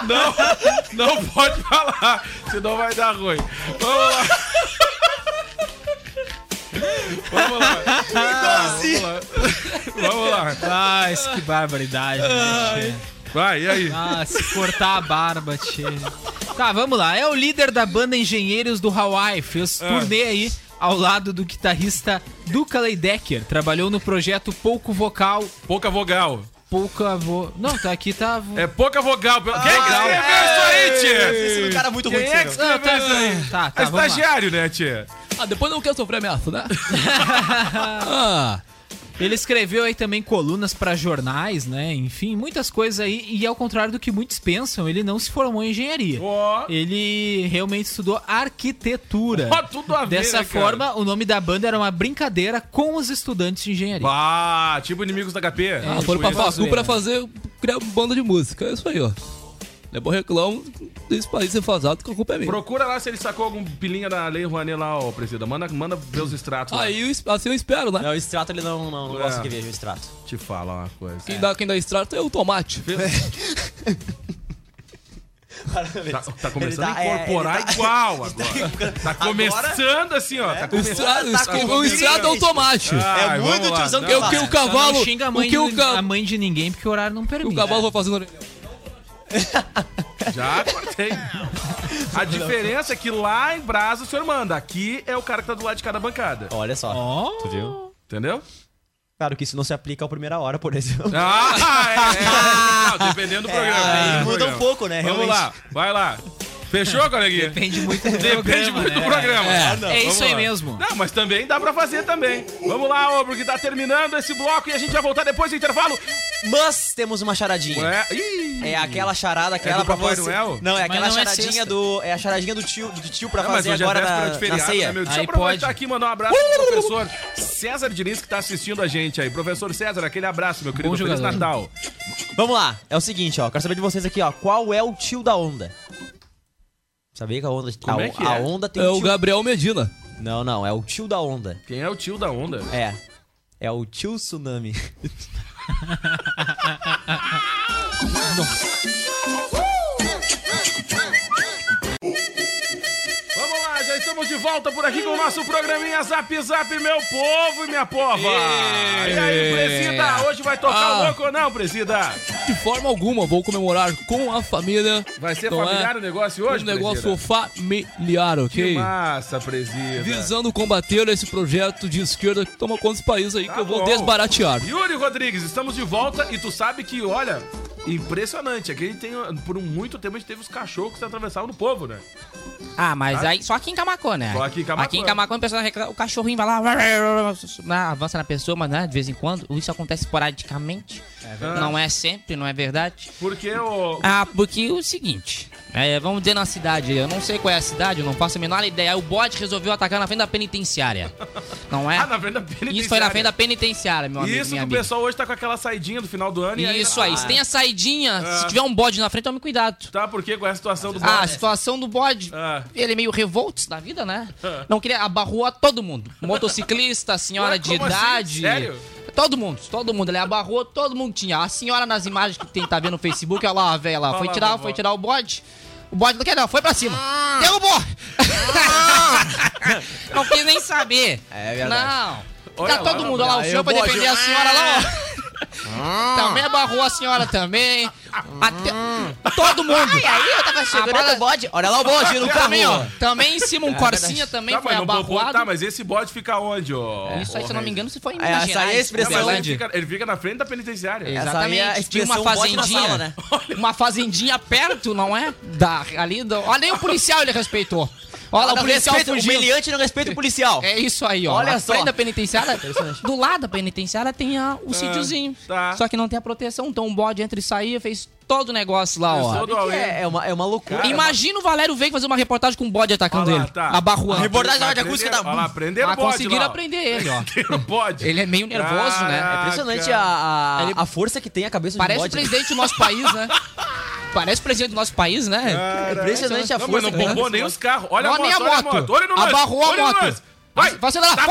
Não, não pode falar, senão vai dar ruim. Vamos lá. Vamos lá. Vamos lá. Vamos lá.
Ah, isso que barbaridade,
Ah.
né,
Vai, e aí?
tchê? Ah, se cortar a barba, tchê. Tá, vamos lá. É o líder da banda Engenheiros do Hawaii. Fez
Ah.
turnê aí ao lado do guitarrista Duca Leidecker. Trabalhou no projeto Pouco Vocal.
Pouca vogal.
Pouca vo... Não, tá aqui, tá...
É pouca vogal. Quem que escreveu isso aí, tia?
Ah, é. Esse é um cara muito
Quem
ruim de
é que
escrever.
escreveu
Ah, tá,
isso aí?
tá, tá,
é
vamos lá.
estagiário, né, tia?
Ah, depois não quero sofrer
[LAUGHS]
ameaça, né?
Ah, Ele escreveu aí também colunas pra jornais, né? Enfim, muitas coisas aí. E ao contrário do que muitos pensam, ele não se formou em engenharia. Ele realmente estudou arquitetura.
Ó, tudo a ver,
Dessa
né, cara?
forma, o nome da banda era uma brincadeira com os estudantes de engenharia.
Ah, tipo inimigos da HP.
É,
Ah,
Tipo
foram pra
isso.
Facu pra fazer, criar banda de música. É isso aí, ó. É bom reclamo desse país enfasado que a culpa é minha.
Procura lá se ele sacou algum pilinha da Lei Rouanet lá, ô, presida. Manda, manda ver os extratos. lá.
Aí eu es- assim eu espero, né?
Não, o extrato ele não, não, não gosta
É.
que veja o extrato.
Te fala uma coisa.
Quem, dá, quem dá extrato é o tomate.
Tá, tá
Ele
começando
dá-
a
é,
incorporar
ele dá-
igual agora. Tá começando assim, ó. Tá
O
começando.
estrado,
tá
o
começando.
estrado é o tomate.
Ai, vamos lá. Não,
Eu que o
Só
cavalo.
Não xinga a mãe,
o que o
de,
ca-
a mãe de ninguém, porque o horário não permite.
o cavalo vai fazer no orelhão.
Já cortei. A diferença é que lá em Brasa o senhor manda. Aqui é o cara que tá do lado de cada bancada.
Olha só.
Tu
viu?
Entendeu?
Claro que isso não se aplica à primeira hora, por exemplo.
Ah, é, é. Não, dependendo do
É, [LAUGHS]
programa.
aí
Dependendo do
muda um
programa.
pouco, né,
Vamos
realmente.
lá, vai lá. Fechou, coleguinha?
Depende muito do
Depende
programa,
muito do
né?
programa.
É.
Ah, não,
É
vamos
isso aí
lá.
mesmo.
Não, mas também dá pra fazer também. Vamos lá, ô, porque tá terminando esse bloco e a gente vai voltar depois do intervalo.
Mas temos uma charadinha.
Ué, ih.
É aquela charada, aquela
É do
pra
Papai
você.
Noel?
Não, é
Mas
aquela
não é
charadinha
sexta.
do. É a charadinha do tio, do tio pra
Ah, mas
fazer
hoje
agora
é véspera
na,
de feriado,
na ceia. Uh!
né, meu? Deixa
Aí
eu aproveitar
pode.
aqui e mandar um abraço pro professor César Diniz, que tá assistindo a gente aí. Professor César, aquele abraço, meu querido.
Bom
Feliz
jogador.
Natal.
Vamos lá, é o seguinte, ó. Quero saber de vocês aqui, ó. Qual é o tio da onda? Sabia que a onda.
Como
a,
é que
a
é?
onda tem um
É o
tio-
Gabriel Medina.
Não, não, é o tio da onda.
Quem é o tio da onda?
É. É o tio Tsunami.
[LAUGHS] Vamos lá, já estamos de volta por aqui com o nosso programinha Zap Zap, meu povo e minha pova. E aí, presida, hoje vai tocar o louco ou não, presida?
de forma alguma vou comemorar com a família.
Vai ser familiar o negócio hoje,
Um negócio
Presida?
familiar, ok?
Que massa, presida.
Visando combater esse projeto de esquerda que toma conta desse país aí, que eu vou
Tá bom.
desbaratear.
Yuri Rodrigues, estamos de volta e tu sabe que, olha, impressionante. Aqui a gente tem, por um muito tempo, a gente teve os cachorros que atravessavam no povo, né?
Ah, mas
Tá?
aí só aqui em Camacô, né?
Só aqui em Camaquã.
Aqui em Camacô, a pessoa reclama, o cachorrinho vai lá, rá, rá, rá, na- avança na pessoa, mas né, de vez em quando. Isso acontece esporadicamente.
verdade.
não é sempre, não é verdade.
Porque o.
Ah, porque o seguinte. é, vamos dizer na cidade, eu não sei qual é a cidade, eu não faço a menor ideia. Aí o bode resolveu atacar na frente da penitenciária. Não é?
[LAUGHS] Ah, na frente da penitenciária.
Isso foi na frente da penitenciária, meu amigo.
Isso
minha
que o
amiga.
pessoal hoje tá com aquela saidinha do final do ano. e
Isso aí, se tem a saidinha, se
Ah.
tiver um bode na frente, tome cuidado.
Tá, porque com a situação do
Ah, a
bode? Ah.
situação do bode, ele é meio revoltos da vida, né? Não queria, abarrou a todo mundo. Motociclista, senhora
Ué,
de
como assim?
idade.
Sério?
Todo mundo, todo mundo. Ele abarrou, todo mundo tinha. A senhora nas imagens que tem, tá vendo no Facebook, olha lá, a velha lá.
Olha
Foi
lá,
tirar,
vovó.
foi tirar o bode. O bode não quer não, foi pra cima.
Ah.
Derrubou! [LAUGHS] não quis nem saber.
É
Não.
Olha
tá
lá,
todo mundo olha lá, o
aí
senhor
o
pra
bode.
defender a senhora lá, ó.
Ah.
Também abarrou a senhora também. Até- Todo mundo.
Ai, aí eu tava segurando
Agora-
o bode. Olha lá o bode no
Também, ó.
carro.
Também em cima, um
É
corsinha
verdade.
também
Tá,
foi
mas não vou
abarroado.
contar, mas esse bode fica onde, ó?
Isso aí, se eu não me engano, se foi em
É,
Minas
essa
Gerais.
aí é a expressão
Não, mas
onde? Ele fica, ele fica na frente da penitenciária.
Exatamente. Tinha uma fazendinha. Uma fazendinha perto, não é? Da, ali do, olha, nem o policial ele respeitou. Olha,
Olha,
o policial
respeita-
fugiu.
humilhante não respeita o policial.
É isso aí, ó.
Olha
Na
só.
frente da penitenciária, do lado da penitenciária tem a-
Ah,
o sítiozinho.
tá.
Só que não tem a proteção, então o bode entra e saía, fez todo o negócio lá, ó.
Sabe que é, é uma, é uma loucura.
Imagina o Valério Veiga fazer uma reportagem com o bode atacando
Olha lá,
ele.
tá.
Abarruando.
A reportagem da Rádio Acústica da-
Olha lá, prenderam
Ah,
o bode
Conseguiram
lá, ó.
aprender ele,
[LAUGHS]
ó.
Pode.
Ele é meio nervoso, né?
É impressionante a, a, a força que tem a cabeça
Parece um
do
o
bode.
presidente do nosso país, né? Parece o presidente do nosso país, né?
Cara. É Impressionante a
Não,
força né?
mas
que
não
tem.
bombou
nem os carros. Olha
Não,
a moto,
nem a
olha a
moto.
moto. Olha no lance,
Abarrou a
olha no
moto.
lance. Vai. tá
Vai Ah, acelerar,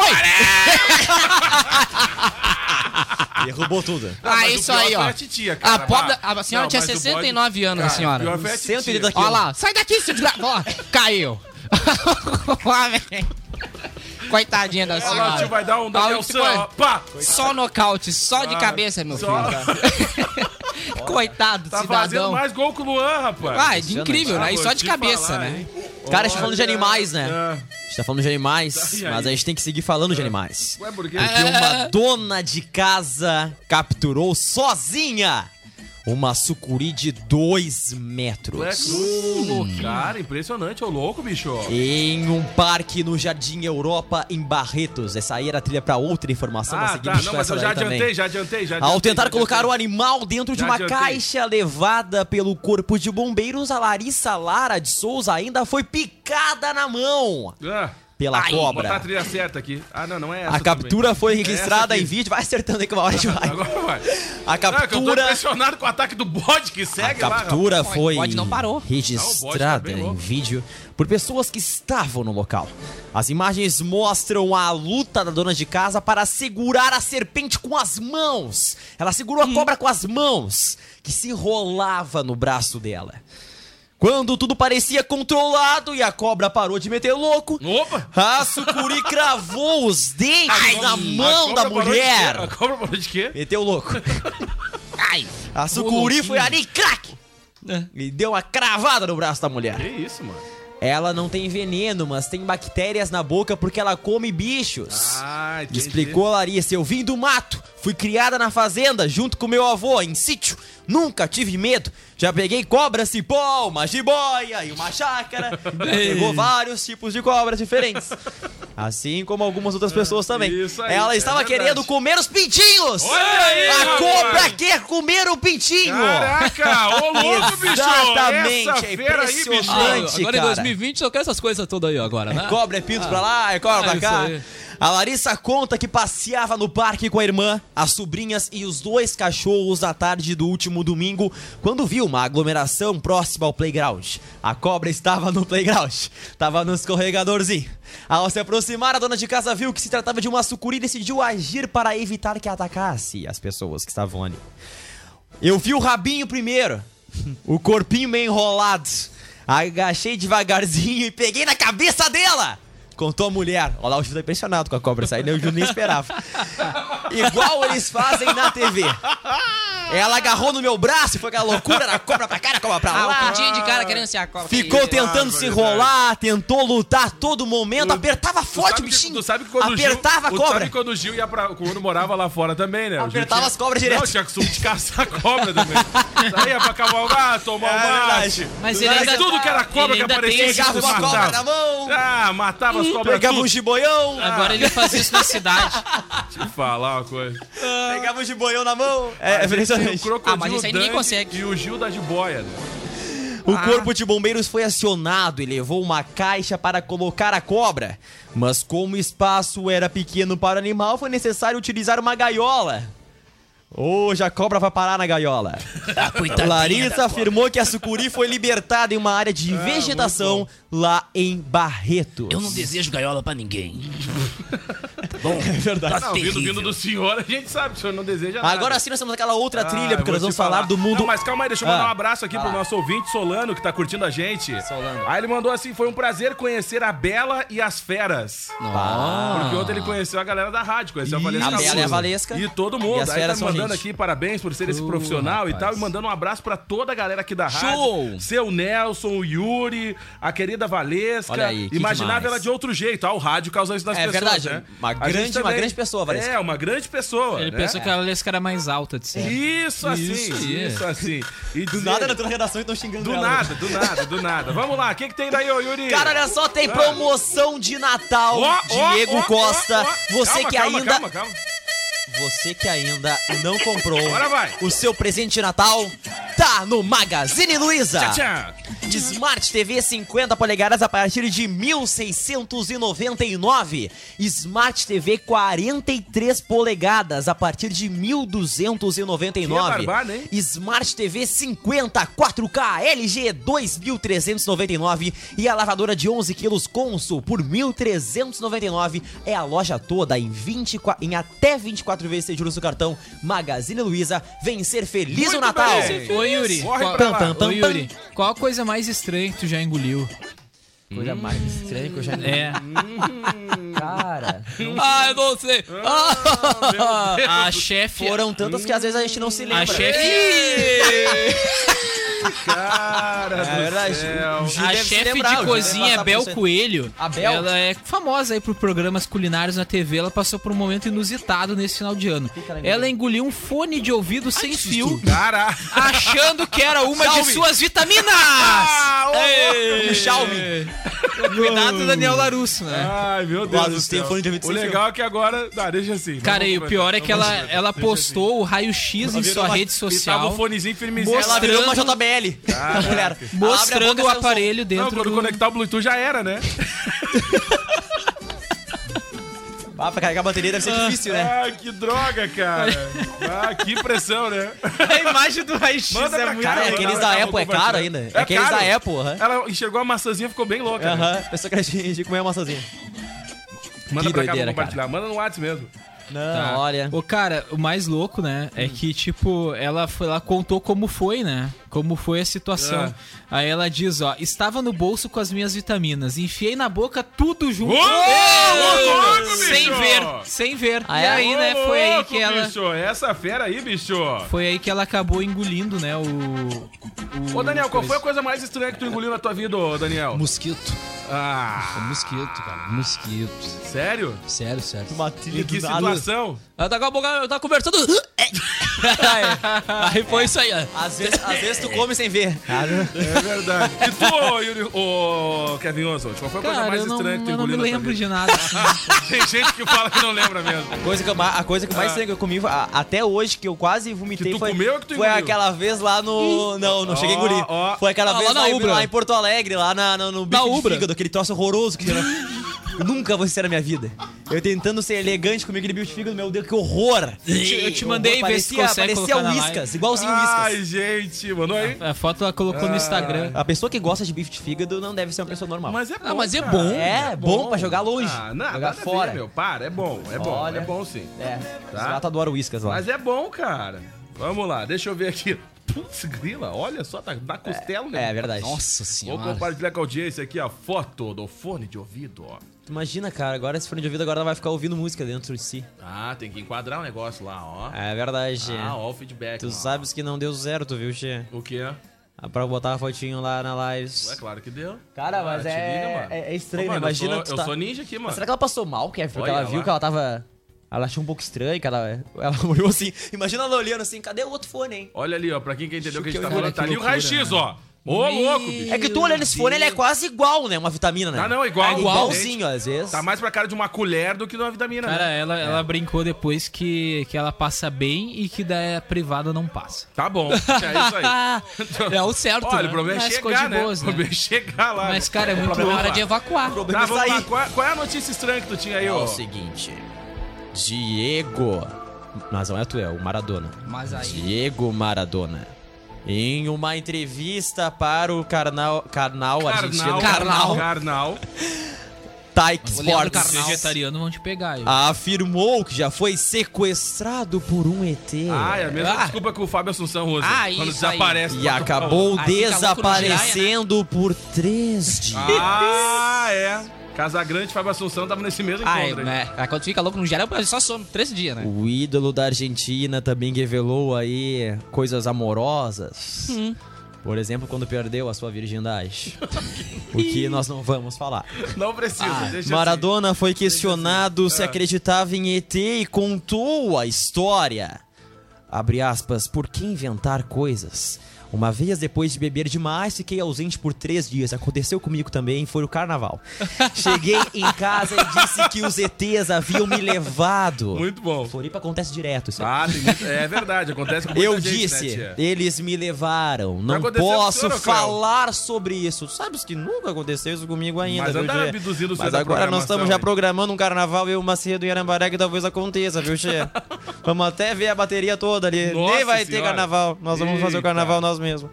[LAUGHS]
E Derrubou tudo.
Ah, isso aí, ó.
Foi a titia, cara.
A pobre-
Bah.
a senhora tinha
mas o
69 anos, a
cara,
senhora.
o Pior foi a titia.
130 quilos. Olha lá, sai daqui, seu desgraçado. Ó, caiu. [LAUGHS] Lá vem. Coitadinha da
Olha lá, o
senhora.
tio vai dar um
Olha
Daniel
o tio
San,
vai-
ó, pá. tá
Só nocaute, só de cabeça, meu filho.
Só- [LAUGHS]
Coitado,
Tá fazendo
cidadão.
mais gol que o Luan, rapaz.
Ah, é de incrível, né? E só
vou
de
te
cabeça,
falar,
né?
hein.
Cara, a gente tá falando de
Olha. Ah.
animais, né? A gente tá falando de
Tá,
animais,
e aí?
mas a gente tem que seguir falando de animais.
Ué, um por quê?
É.
Porque uma dona de casa capturou sozinha uma sucuri de 2
Ué,
metros.
Hum.
uh, Cara, impressionante, ô louco, bicho.
Em um parque no Jardim Europa, em Barretos. Essa aí era a trilha pra outra informação, mas
Ah, tá,
seguimos
não,
com
mas
essa
eu já
daí também.
adiantei, já adiantei,
Ah,
já adiantei.
Ao tentar
já
colocar
adiantei.
o animal dentro de
Já
uma
adiantei.
caixa levada pelo corpo de bombeiros, a Larissa Lara de Souza ainda foi picada na mão
Ah.
pela
Ai,
cobra.
Botar a trilha certa aqui. Ah, não, não é essa.
A captura
também.
foi
É essa
registrada
aqui.
em vídeo. Vai acertando aí que uma hora a gente vai.
Agora vai.
A
Ah, que eu tô
captura.
impressionado com o ataque do bode que
A
segue lá, rapaz.
captura foi
Não, o bode tá
registrada
bem
em
louco.
vídeo por pessoas que estavam no local. As imagens mostram a luta da dona de casa para segurar a serpente com as mãos. Ela segurou a cobra com as mãos, que se enrolava no braço dela. Quando tudo parecia controlado e a cobra parou de meter louco, a sucuri cravou
[LAUGHS]
os dentes na mão
A
da
cobra parou de quê?
mulher.
A cobra parou de quê?
Meteu louco.
Ai!
A sucuri
louquinho.
foi ali e crack! E deu uma cravada no braço da mulher.
Que isso, mano?
Ela não tem veneno, mas tem bactérias na boca porque ela come bichos.
Ah, entendi.
Explicou a Larissa, eu vim do mato, fui criada na fazenda, junto com meu avô, em sítio. Nunca tive medo. Já peguei cobra, cipó, uma jiboia e uma chácara. Já pegou vários tipos de cobras diferentes. Assim como algumas outras pessoas também.
É, aí,
Ela
é
estava
verdade.
querendo comer os pintinhos!
Olha aí,
a
rapaz.
cobra quer é comer o pintinho!
Caraca, ô louco, bicho!
Exatamente,
Essa
é
fera aí, bicho!
Ah,
impressionante,
agora em
cara.
2020 só quer essas coisas todas aí ó, agora, né?
É cobra, é pinto pra lá, é cobra pra
Ah, isso
cá.
aí.
A Larissa conta que passeava no parque com a irmã, as sobrinhas e os dois cachorros na tarde do último domingo, quando viu uma aglomeração próxima ao playground. A cobra estava no playground, estava no escorregadorzinho. Ao se aproximar, a dona de casa viu que se tratava de uma sucuri e decidiu agir para evitar que atacasse as pessoas que estavam ali. Eu vi o rabinho primeiro, o corpinho meio enrolado. Agachei devagarzinho e peguei na cabeça dela! Contou a mulher. Olha lá, o Gil tá impressionado com a cobra saindo. O Gil nem esperava. Igual eles fazem na TV. Ela agarrou no meu braço e foi aquela loucura, era cobra pra cá, era cobra pra
Ah,
lá.
o pintinho de cara querendo ser a cobra.
Ficou
Que-
tentando se enrolar, tentou lutar todo momento, apertava forte o bichinho.
Quando o Gil-
apertava a
o-
cobra.
Sabe quando o Gil ia pra, quando morava lá fora também, né? O Gil
Apertava
tinha-
as cobras direto.
Não, tinha costume de caçar cobra também. Saía pra cavalgar, tomar
É
um mate.
verdade. Mas ele ainda- tá-
tudo que era cobra
ele
que
ainda
aparecia,
tem
ele
esse-
se
Pegava uma cobra
matava.
na mão.
Ah, matava as
Hum,
cobras
pegava
tudo.
um jiboião.
Ah.
Agora ele faz isso na
cidade.
Deixa eu falar uma coisa.
Pegava o jiboião na mão. É,
A
é
gente tem
impressionante.
o crocodilo Dante E o Gil da jiboia, né?
O corpo de bombeiros foi acionado e levou uma caixa para colocar a cobra. Mas como o espaço era pequeno para o animal, foi necessário utilizar uma gaiola. Hoje a cobra vai parar na gaiola.
Ah,
Larissa afirmou que a sucuri foi libertada em uma área
Ah,
de vegetação lá em Barretos.
Eu não desejo gaiola pra
[LAUGHS]
ninguém.
Bom, é verdade.
Não, vindo, vindo do senhor, a gente sabe que o senhor não deseja nada.
Agora sim nós temos aquela outra
Ah,
trilha, porque
eu
nós
vou
vamos
te
falar. do mundo.
Não, mas calma aí, deixa eu
Ah.
mandar um abraço aqui
Vai
pro
lá.
nosso ouvinte Solano, que tá curtindo a gente. Solano. Aí ele mandou assim: foi um prazer conhecer a Bela e as Feras.
Ah.
Porque ontem ele conheceu a galera da rádio, conheceu a Valesca.
A Bela e a
Souza.
Valesca.
E todo
E
mundo.
as
aí tá
feras são
mandando
gente.
aqui parabéns por ser esse
Uh,
profissional e
rapaz.
tal. E mandando um abraço pra toda a galera aqui da rádio.
Show.
Seu Nelson, o Yuri, a querida Valesca.
Olha aí, que
Imaginava
demais.
ela de outro jeito. Ah, o rádio causou isso nas
É
pessoas.
verdade,
né?
uma
A gente
grande- uma
também-
grande pessoa, Valesca.
É, uma grande pessoa.
[LAUGHS] Ele
né?
pensou que a Valesca era mais alta, de certo.
Isso assim, isso,
aí.
assim. E do
Nada na tua redação e estão xingando
Do
ela.
nada, do nada, do nada. Vamos lá, o que, que tem daí, ô Yuri?
Cara, olha só, tem
Ah.
promoção de Natal,
Ó, ó,
Diego
ó,
Costa.
ó, ó.
Você
Calma,
que
calma,
ainda.
calma, calma.
Você que ainda não comprou
Agora vai.
o seu presente de Natal, tá no Magazine Luiza.
Tchau, tchau.
De Smart TV 50 polegadas a partir de 1.699. Smart TV 43 polegadas a partir de 1.299.
Que barbada, hein?
Smart TV 50 4K LG 2.399 e a lavadora de 11 quilos Consul por 1.399 é a loja toda em 24 em até 24 vezes sem juros no cartão Magazine Luiza vencer feliz o Natal.
Ô, Yuri. Qual,
Pam, pam, pam,
Ô, Yuri, qual a coisa mais estranha que tu já engoliu?
Coisa mais estranha que eu
[LAUGHS]
já engoli.
É.
Cara.
Ah, eu não sei. Ah,
A chefe.
Foram tantas que às vezes a gente não se lembra.
A chefe-
Cara,
É verdade. O Gil
A
deve se
chefe
lembrar, o Gil
de
deve
cozinha
passar
Bel
por cento.
Coelho,
A Bel?
ela é famosa aí por programas culinários na TV, ela passou por um momento inusitado nesse final de ano.
ela engoliu?
Ela engoliu um fone de ouvido sem fio,
Cara.
achando que era uma de
Xiaomi.
suas vitaminas!
Ah,
Ei.
Um Xiaomi.
Cuidado, Daniel Larusso, né?
Ai, meu Deus.
Mas
do
tem
céu.
fone de ouvido
O
sem fio.
legal é que agora. Ah, deixa assim.
Cara,
Não
e o
vou
pior é
comentar,
que
não vou
ela,
comentar.
ela postou o raio-x em
virou
sua
uma-
rede
Tava o
social,
fonezinho firmezinho.
Ela virou uma
mostrando-
JBL. Galera, [LAUGHS] abre a boca,
mostrando
sai
o
um som.
aparelho
Não,
dentro
quando
do...
conectar o Bluetooth já era, né?
Ah, pra carregar a bateria deve ser difícil, né?
Ah, que droga, cara.
[LAUGHS]
Ah, que pressão, né?
[LAUGHS] A imagem do raio-x é
Manda pra
Cara,
cá,
aqueles
manda
da
pra
Apple
cá,
é
vou
caro
compartilhar.
ainda. Aqueles
tá caro.
da Apple, aham. Ah,
Ela enxergou a maçãzinha e ficou bem
é.
louca. né?
Aham, pessoa que a gente comeu uma sozinha.
Manda
Que
pra cá,
doideira,
vou compartilhar. Manda no WhatsApp mesmo.
Não,
Tá.
olha.
Ô, cara, o mais louco, né?
Hum.
É que, tipo, ela, foi, ela contou como foi, né? Como foi a situação.
Ah.
Aí ela diz, ó, estava no bolso com as minhas vitaminas. Enfiei na boca tudo junto.
Ô, louco, bicho!
sem ver, sem ver.
Ah,
e
é?
aí, né,
Ô,
foi aí
louco,
que ela.
bicho, essa fera aí, bicho.
Foi aí que ela acabou engolindo, né? O. o-
Ô, Daniel, qual foi a coisa mais estranha que tu engoliu na tua vida, ô, Daniel?
Mosquito.
Ah,
É mosquito, cara. Mosquito.
sério?
Sério, sério.
Uma
Em
trilha
que
do nada.
situação?
Aí daqui a pouco eu
tá
tava
[LAUGHS]
conversando.
É.
Aí foi isso aí,
[LAUGHS]
ó.
Às vezes, às vezes tu come sem ver.
É verdade. E tu, ô, Yuri, ô, Kevin Oswald, qual foi a coisa
Cara,
mais
eu não,
estranha que tu
eu não me
engoliu na tua vida?
lembro de
[LAUGHS]
nada. assim.
Tem gente que fala que não lembra mesmo.
Coisa que eu ma- a coisa que mais estranha que eu comi a- até hoje, que eu quase vomitei,
Ah. Que tu
foi,
comeu ou que tu
foi
engoliu?
aquela vez lá no. Não, não cheguei a
Ó,
engolir.
ó.
Foi aquela
Ah,
vez
lá na
lá, em-
Ubra.
lá em Porto Alegre, lá na, no, no bife de
Ubra.
fígado, aquele troço horroroso que eu [LAUGHS] nunca vou ser na minha vida. Eu tentando ser elegante comigo aquele bife de fígado, meu Deus, que horror!
eu te mandei ver se
Parecia-
consegue
Parecia
colocar na
o Whiskas,
live.
igualzinho o Whiskas.
Ai, gente, mandou aí.
a foto ela colocou
Ah,
no Instagram.
A pessoa que gosta de bife de fígado não deve ser uma pessoa normal.
Mas é bom.
Ah, mas é
cara.
bom.
É, bom pra jogar longe,
Ah, não,
jogar
nada a ver,
fora.
meu. Para, é bom, é bom,
Olha.
é bom sim.
É,
Tá.
os gatos adoram Whiskas lá.
Mas é bom, cara. Vamos lá, deixa eu ver aqui. Putz, grila, olha só, tá na costela, né?
é verdade.
Nossa
senhora.
Vou compartilhar com a audiência aqui a foto do fone de ouvido, ó.
Tu Imagina, cara, agora esse fone de ouvido agora ela vai ficar ouvindo música dentro de si.
Ah, tem que enquadrar o negócio lá, ó.
É verdade.
Ah, ó o feedback.
Tu
ó.
sabes que não deu zero, tu viu, Che?
O quê?
Ah, pra botar a fotinho lá na live.
É claro que deu.
Cara,
Ah,
mas
te
é,
liga, mano.
é- é estranho,
Ô,
né?
mano, eu
Imagina
sou-
tu
eu
tá-
sou ninja aqui, mano.
Mas será que ela passou mal, Kevin? Porque
Olha
ela viu
lá.
que ela tava... Ela achou um pouco estranho, que ela... Ela [LAUGHS] olhou assim... Imagina ela olhando assim, cadê o outro fone, hein?
Olha ali, ó, pra quem que entendeu o que a gente tá
Cara,
falando,
que
tá ali o
loucura,
raio-x,
né?
ó. Ô, Tá louco, bicho.
É que tu olhando esse fone, ele é quase igual, né? Uma vitamina, né?
Ah, não, é igual.
É igualzinho, às vezes.
Tá mais pra cara de uma colher do que de uma vitamina, [LAUGHS]
Cara,
né?
ela, ela brincou depois que, que ela passa bem e que da privada não passa.
Tá bom,
[LAUGHS]
é isso aí.
É o certo,
Olha,
né?
o problema é
Mas ficou
chegar,
de
né?
boas,
O
né?
problema é chegar lá.
Mas,
né?
cara, é
O
muito
problema
hora
lá.
de evacuar.
Tá, vamos lá. Qual, qual é a notícia estranha que tu tinha aí,
É
ó?
o seguinte. Diego. Mas não é tu, é o Maradona.
Mas aí-
Diego Maradona. Em uma entrevista para o carnal, carnal, argentino.
Carnal.
Carnal.
Carnal.
Tyke
é
O Leandro
Sports.
Carnal. vegetariano vão te pegar. eu-
Afirmou que já foi sequestrado por um ET.
Ah, é a mesma desculpa que o Fábio Assunção usa.
Ah,
quando
isso aí.
desaparece.
E acabou
né?
desaparecendo por três dias.
Ah, é. Casagrande Fábio Assunção tava nesse mesmo
Ah,
encontro. aí.
é, né? Quando fica louco no geral, só some 13 dias, né?
O ídolo da Argentina também revelou aí coisas amorosas.
Hum.
Por exemplo, quando perdeu a sua
[LAUGHS]
virgindade. o que nós não vamos falar.
Não precisa,
Ah,
deixa assim. Ah.
Maradona foi questionado se acreditava em ET e contou a história. Abre aspas, por que inventar coisas? Uma vez depois de beber demais, fiquei ausente por três dias. Aconteceu comigo também, foi o
[LAUGHS]
carnaval. Cheguei em casa e disse que os ETs haviam me levado.
Muito bom.
Floripa acontece direto isso aí.
Ah, tem muito- é verdade, acontece com muita
Eu
gente, né,
disse,
tia?
eles me levaram. Não
aconteceu com
posso
o senhor, Cléo?
falar sobre isso. Sabes que nunca aconteceu isso comigo ainda.
Mas
viu,
andaram
Tchê?
abduzindo o senhor
Mas
da
agora nós
programação,
estamos já
hein?
programando um carnaval e uma cedo em Arambaré que talvez aconteça, viu,
[LAUGHS]
Tchê? vamos até ver a bateria toda ali.
Nossa
Nem vai ter
senhora.
carnaval. Nós vamos fazer o
Eita.
carnaval nós mesmos.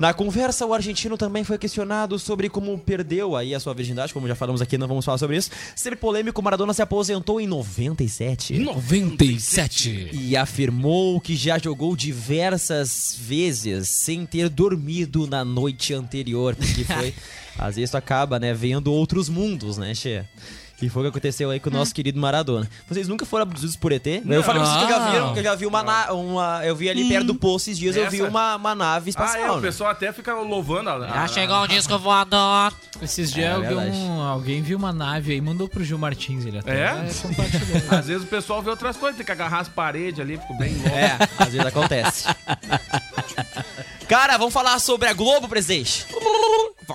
Na conversa, o argentino também foi questionado sobre como perdeu aí a sua virgindade, como já falamos aqui, não vamos falar sobre isso. Sempre polêmico, Maradona se aposentou em 97.
97.
E afirmou que já jogou diversas vezes sem ter dormido na noite anterior, porque
[LAUGHS]
foi. às vezes tu acaba, né, vendo outros mundos, né, Che? E foi o que aconteceu aí com o
Hum.
nosso querido Maradona. Vocês nunca foram abduzidos por ET? Eu falei pra vocês que já viram, que eu já vi uma, na- uma- Eu vi ali perto do poço esses dias, eu vi
Hum. Essa?
uma, uma nave
Ah, é,
espacial.
o
né?
pessoal até fica louvando a. a-
Já chegou um disco voador.
Esses dias
É
alguém, um,
verdade.
alguém viu uma nave aí, mandou pro Gil Martins ele até.
É?
compartilhou.
Às vezes o pessoal vê outras coisas, tem que agarrar as paredes ali, fica bem louco.
É, às vezes
[LAUGHS]
acontece. Cara, vamos falar sobre a Globo, presidente.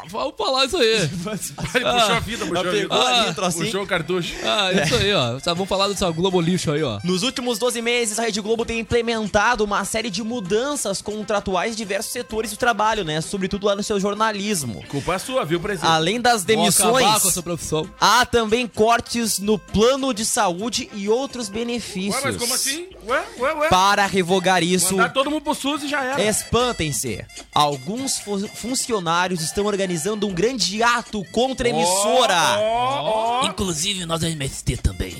Vamos falar
[LAUGHS]
isso aí.
Ele puxou a vida, puxou a vida.
pegou Ah, ali, um trocinho.
puxou o cartucho.
Ah, isso aí, ó. Só Vamos falar dessa Globo lixo aí, ó.
Nos últimos 12 meses, a Rede Globo tem implementado uma série de mudanças contratuais em diversos setores do trabalho, né? Sobretudo lá no seu jornalismo.
Culpa é sua, viu, presidente?
Ah,
Além das
Vou
demissões,
acabar com essa profissão.
há também cortes no plano de saúde e outros benefícios.
Ué, mas como assim? Ué, ué, ué.
Para revogar isso,
Mandar todo mundo pro SUS e já era.
espantem-se. Alguns fu- funcionários estão organizando um grande ato contra a emissora.
Inclusive, nós vamos MST também.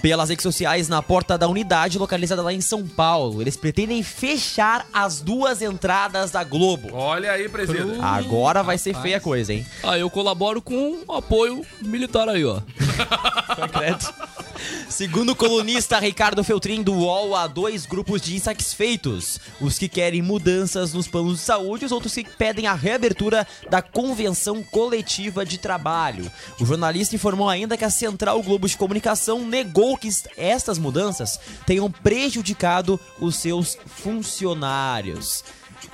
pelas redes sociais na porta da unidade localizada lá em São Paulo. Eles pretendem fechar as duas entradas da Globo.
Olha aí, presidente.
Agora vai ser feia a coisa, hein?
Ah, eu colaboro com o apoio militar aí, ó.
Segundo o colunista Ricardo Feltrin do UOL, há dois grupos de insatisfeitos: os que querem mudanças nos planos de saúde e os outros que pedem a reabertura da convenção coletiva de trabalho. O jornalista informou ainda que a Central Globo de Comunicação negou que est- estas mudanças tenham prejudicado os seus funcionários.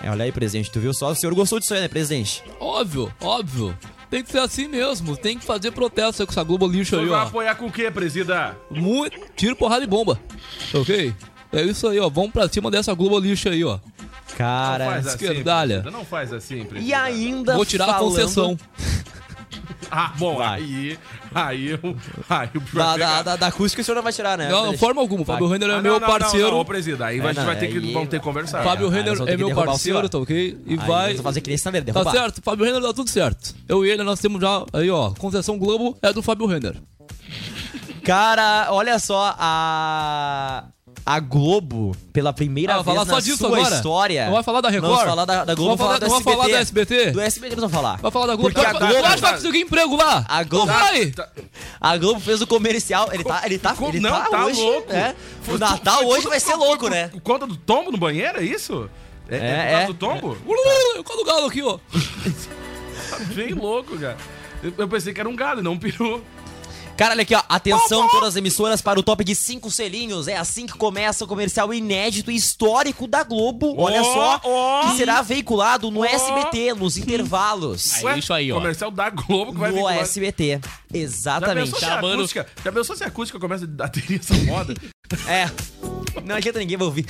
É, olha aí, presidente, tu viu só? O senhor gostou disso aí, né, presidente?
Óbvio, óbvio. Tem que ser assim mesmo. Tem que fazer protesto aí com essa Globo lixo
Tu
aí,
vai
ó.
apoiar com o quê, presida?
Muito. Tiro, porrada e bomba. Ok? É isso aí, ó. Vamos pra cima dessa Globo lixo aí, ó.
Não
Cara,
faz assim,
esquerdalha.
presida, Não faz assim, presida.
e ainda
Vou tirar
falando
a concessão.
Ah, bom, aí. Aí eu. Aí o bicho
Da,
vai
da,
pegar.
da, da acústica o senhor não vai tirar, né?
Não, não,
presidente?
forma alguma. Fábio Renner é
Ah, não,
meu
não, não,
parceiro.
não, ô, presida, aí vai-
É, não,
vai ter que.
aí-
Vamos ter que conversar.
Fábio
Ah, nós
Renner
vamos ter
é
que
meu
derrubar o
parceiro,
senhor.
tá ok? E
Aí
vai.
nós vamos fazer que nem standard,
Tá
derrubar.
certo, Fábio Renner dá tudo certo. Eu e ele, nós temos já. Aí, ó, concessão Globo é do Fábio Renner.
Cara, olha só, a. a Globo, pela primeira
Ah,
vez
falar
na
só disso
sua
agora?
história...
Não vai falar da Record?
Não, vai falar da, da Globo,
Não vai falar-
vai
não vai falar
falar do
da
SBT. Do SBT nós vamos falar.
Vai falar da Globo.
Tá,
Porque a
Vai-
Globo-
vai- vai conseguir emprego lá.
A Globo...
Vai!
A Globo fez o comercial, ele tá, ele tá, ele
Não,
tá,
tá
hoje,
louco.
né?
Foi-
O Natal
foi-
hoje vai ser louco, né?
Por conta do tombo no banheiro, é isso? É,
É,
é,
é.
por causa
[LAUGHS]
do tombo?
Qual do galo aqui, ó?
Tá bem louco, cara. Eu, eu pensei que era um galo, não um peru.
Cara, olha aqui, ó. Atenção, todas as emissoras, para o top de cinco selinhos. É assim que começa o comercial inédito e histórico da Globo. olha só.
ó.
que será veiculado no SBT, nos intervalos.
Ué, Comercial da Globo que vai
No
vincular-
SBT.
Já
Exatamente.
pensou, se a acústica, já pensou se a acústica começa a [LAUGHS] ter essa moda?
É. Não adianta ninguém vai ouvir.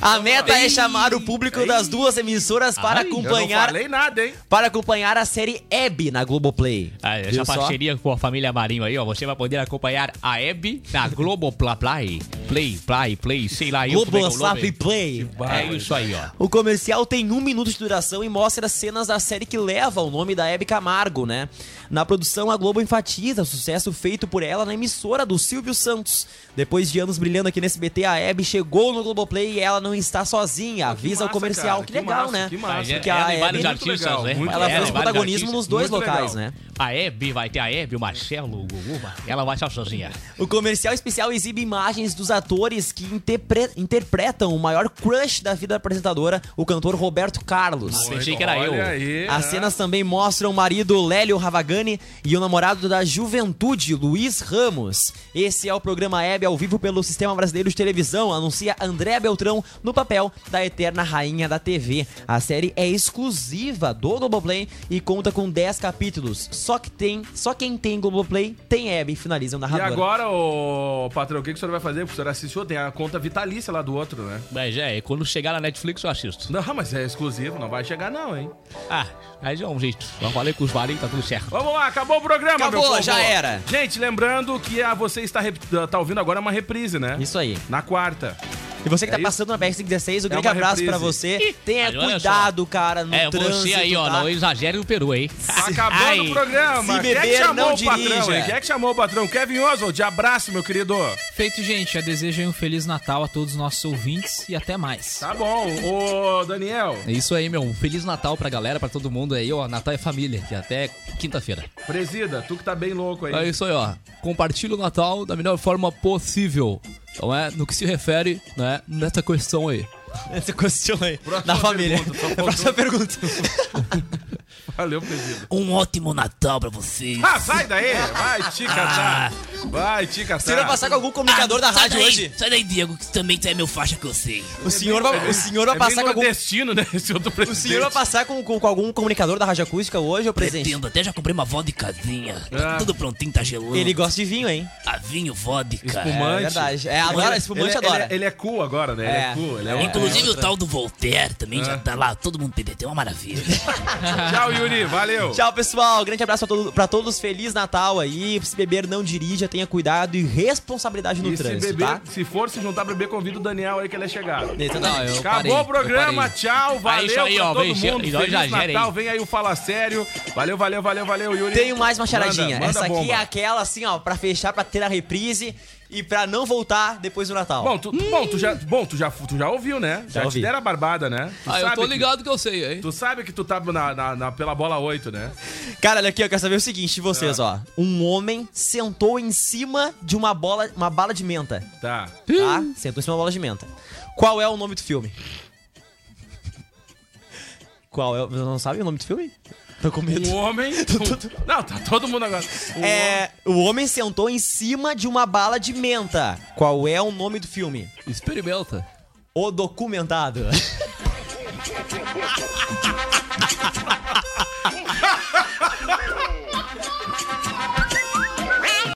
A meta é chamar o público das duas emissoras para
Ai, Eu não
acompanhar
falei nada, hein?
para acompanhar a série Hebe na Globoplay.
Ah, essa
Viu só?
parceria com a família Marinho aí, ó. Você vai poder acompanhar a Hebe na Globo Pla- Play. Play, Play, Play, sei lá. eu como é que é o
Globoplay
nome.
Play.
É isso aí, ó.
O comercial tem um minuto de duração e mostra as cenas da série que leva o nome da Hebe Camargo, né? Na produção, a Globo enfatiza o sucesso feito por ela na emissora do Silvio Santos. Depois de anos brilhando aqui nesse BT, a Hebe chegou no Globoplay e ela não está sozinha. Avisa o
massa,
comercial.
cara,
que
que
legal,
massa,
né?
que massa. Então,
Porque
Ela e
a Hebe,
é vários
muito
artistas,
legal,
né?
muito ela
Ela
fez
e vários
protagonismo nos
artistas,
dois
muito
locais,
legal.
né?
A Hebe vai ter a Hebe, o Marcelo, o Gugu, ela vai estar sozinha.
O comercial especial exibe imagens dos atores que interpre- interpretam o maior crush da vida da apresentadora, o cantor Roberto Carlos.
Ah, pensei que era eu. Olha aí,
As
né?
cenas também mostram o marido Lélio Ravagani e o namorado da juventude, Luiz Ramos. Esse é o programa Hebe ao vivo pelo Sistema Brasileiro de Televisão, anuncia André Beltrão no papel da eterna rainha da TV. A série é exclusiva do Globoplay e conta com 10 capítulos. Só que tem, só quem tem Globoplay tem Hebe, finaliza o
E
narrador.
agora, ô patrão, o que, que o senhor vai fazer? Porque o senhor assistiu, tem a conta vitalícia lá do outro, né?
Mas é, quando chegar na Netflix eu assisto.
Não, mas é exclusivo, não vai chegar não, hein?
Ah, aí é um jeito. Já falei com os varinhos, tá tudo certo.
Vamos lá, acabou o programa,
Acabou,
meu povo.
já era.
Gente, lembrando que a você está rep- tá ouvindo agora uma reprise, né?
Isso aí.
Na quarta.
E você que tá
É isso?
passando na BR-116, um
É
grande
uma
abraço
reprise. é
pra você. Tenha
Mas olha
cuidado, cara, no
É,
trânsito.
você aí, ó,
tá?
não exagere o peru, hein?
Acabou
Ai.
Tá o programa.
Se
Quem é que
beber,
chamou
não
o patrão,
dirija.
hein? Quem é que chamou o patrão? Kevin Oswald, abraço, meu querido.
Feito, gente. Eu desejo aí um Feliz Natal a todos os nossos ouvintes e até mais.
Tá bom. Ô, Daniel.
É isso aí, meu. Um Feliz Natal pra galera, pra todo mundo aí, ó. Natal é família, que até quinta-feira.
Presida, tu que tá bem louco aí.
É isso aí, ó. Compartilha o Natal da melhor forma possível. Não é? No que se refere, né? Nessa questão aí.
Essa questão aí.
Próxima família. pergunta, só Próxima
pergunta.
Valeu, presida.
Um ótimo Natal pra vocês.
[LAUGHS] Ah, sai daí. Vai, te catar. Vai, te catar.
Você Ah. vai passar com algum comunicador
Ah,
tá
da
sai
rádio
tá
daí,
hoje?
Sai daí, Diego, que também tu é meu faixa que eu sei.
O senhor vai, o senhor vai
é
passar
bem
com algum...
nordestino, né? Esse outro
O
presidente.
senhor vai passar com, com, com algum comunicador da Rádio Acústica hoje, ô presente?
Dependo, até já comprei uma vodkazinha. Tá
Ah.
tudo prontinho, tá gelando.
Ele gosta de vinho, hein?
Ah, vinho, vodka.
Espumante. É verdade. É, adora, espumante
ele,
adora.
Ele, ele é cool agora, né? Ele é
É.
cool. Ele é um-
Inclusive
é
né?
o tal do Voltaire também
É.
Ah.
já tá lá, todo mundo PDT, é uma maravilha.
Tchau, Yuri. Valeu.
Tchau, pessoal. Grande abraço pra, todo- pra todos. Feliz Natal aí. Se beber, não dirija. Tenha cuidado e responsabilidade no
E se,
trânsito,
beber,
tá?
se for se juntar pra beber, convida o Daniel aí que ele é chegado.
Não, eu
Acabou
parei,
o programa,
eu parei.
tchau, valeu
É isso aí,
pra
ó,
todo
vem,
mundo.
e não
Feliz
exagera,
Natal,
hein?
vem aí o Fala Sério. Valeu, valeu, valeu, valeu, Yuri.
Tenho mais uma
Manda,
charadinha.
manda
Essa aqui
bomba.
é aquela, assim, ó, pra fechar, pra ter a reprise e pra não voltar depois do Natal.
Bom, tu, bom, tu, já, bom tu, já, tu já ouviu, né? Já,
Já
te
ouvi.
deram a barbada, né? Tu
Ah, eu
sabe
tô
que-
ligado que, eu sei, hein?
Tu sabe que tu tá na, na- na- pela bola 8, né?
Cara, olha aqui, eu quero saber o seguinte de vocês,
Ah.
ó. Um homem sentou em cima de uma bola, uma bala de menta.
Tá.
Tá? Sentou em cima de uma bola de menta. Qual é o nome do filme? Qual é? o- Você não sabe o nome do filme? Tô com medo.
O Um homem.
[LAUGHS]
Não, tá todo mundo agora. O
É, o homem sentou em cima de uma bala de menta. Qual é o nome do filme?
[LAUGHS] Experimenta.
O documentado.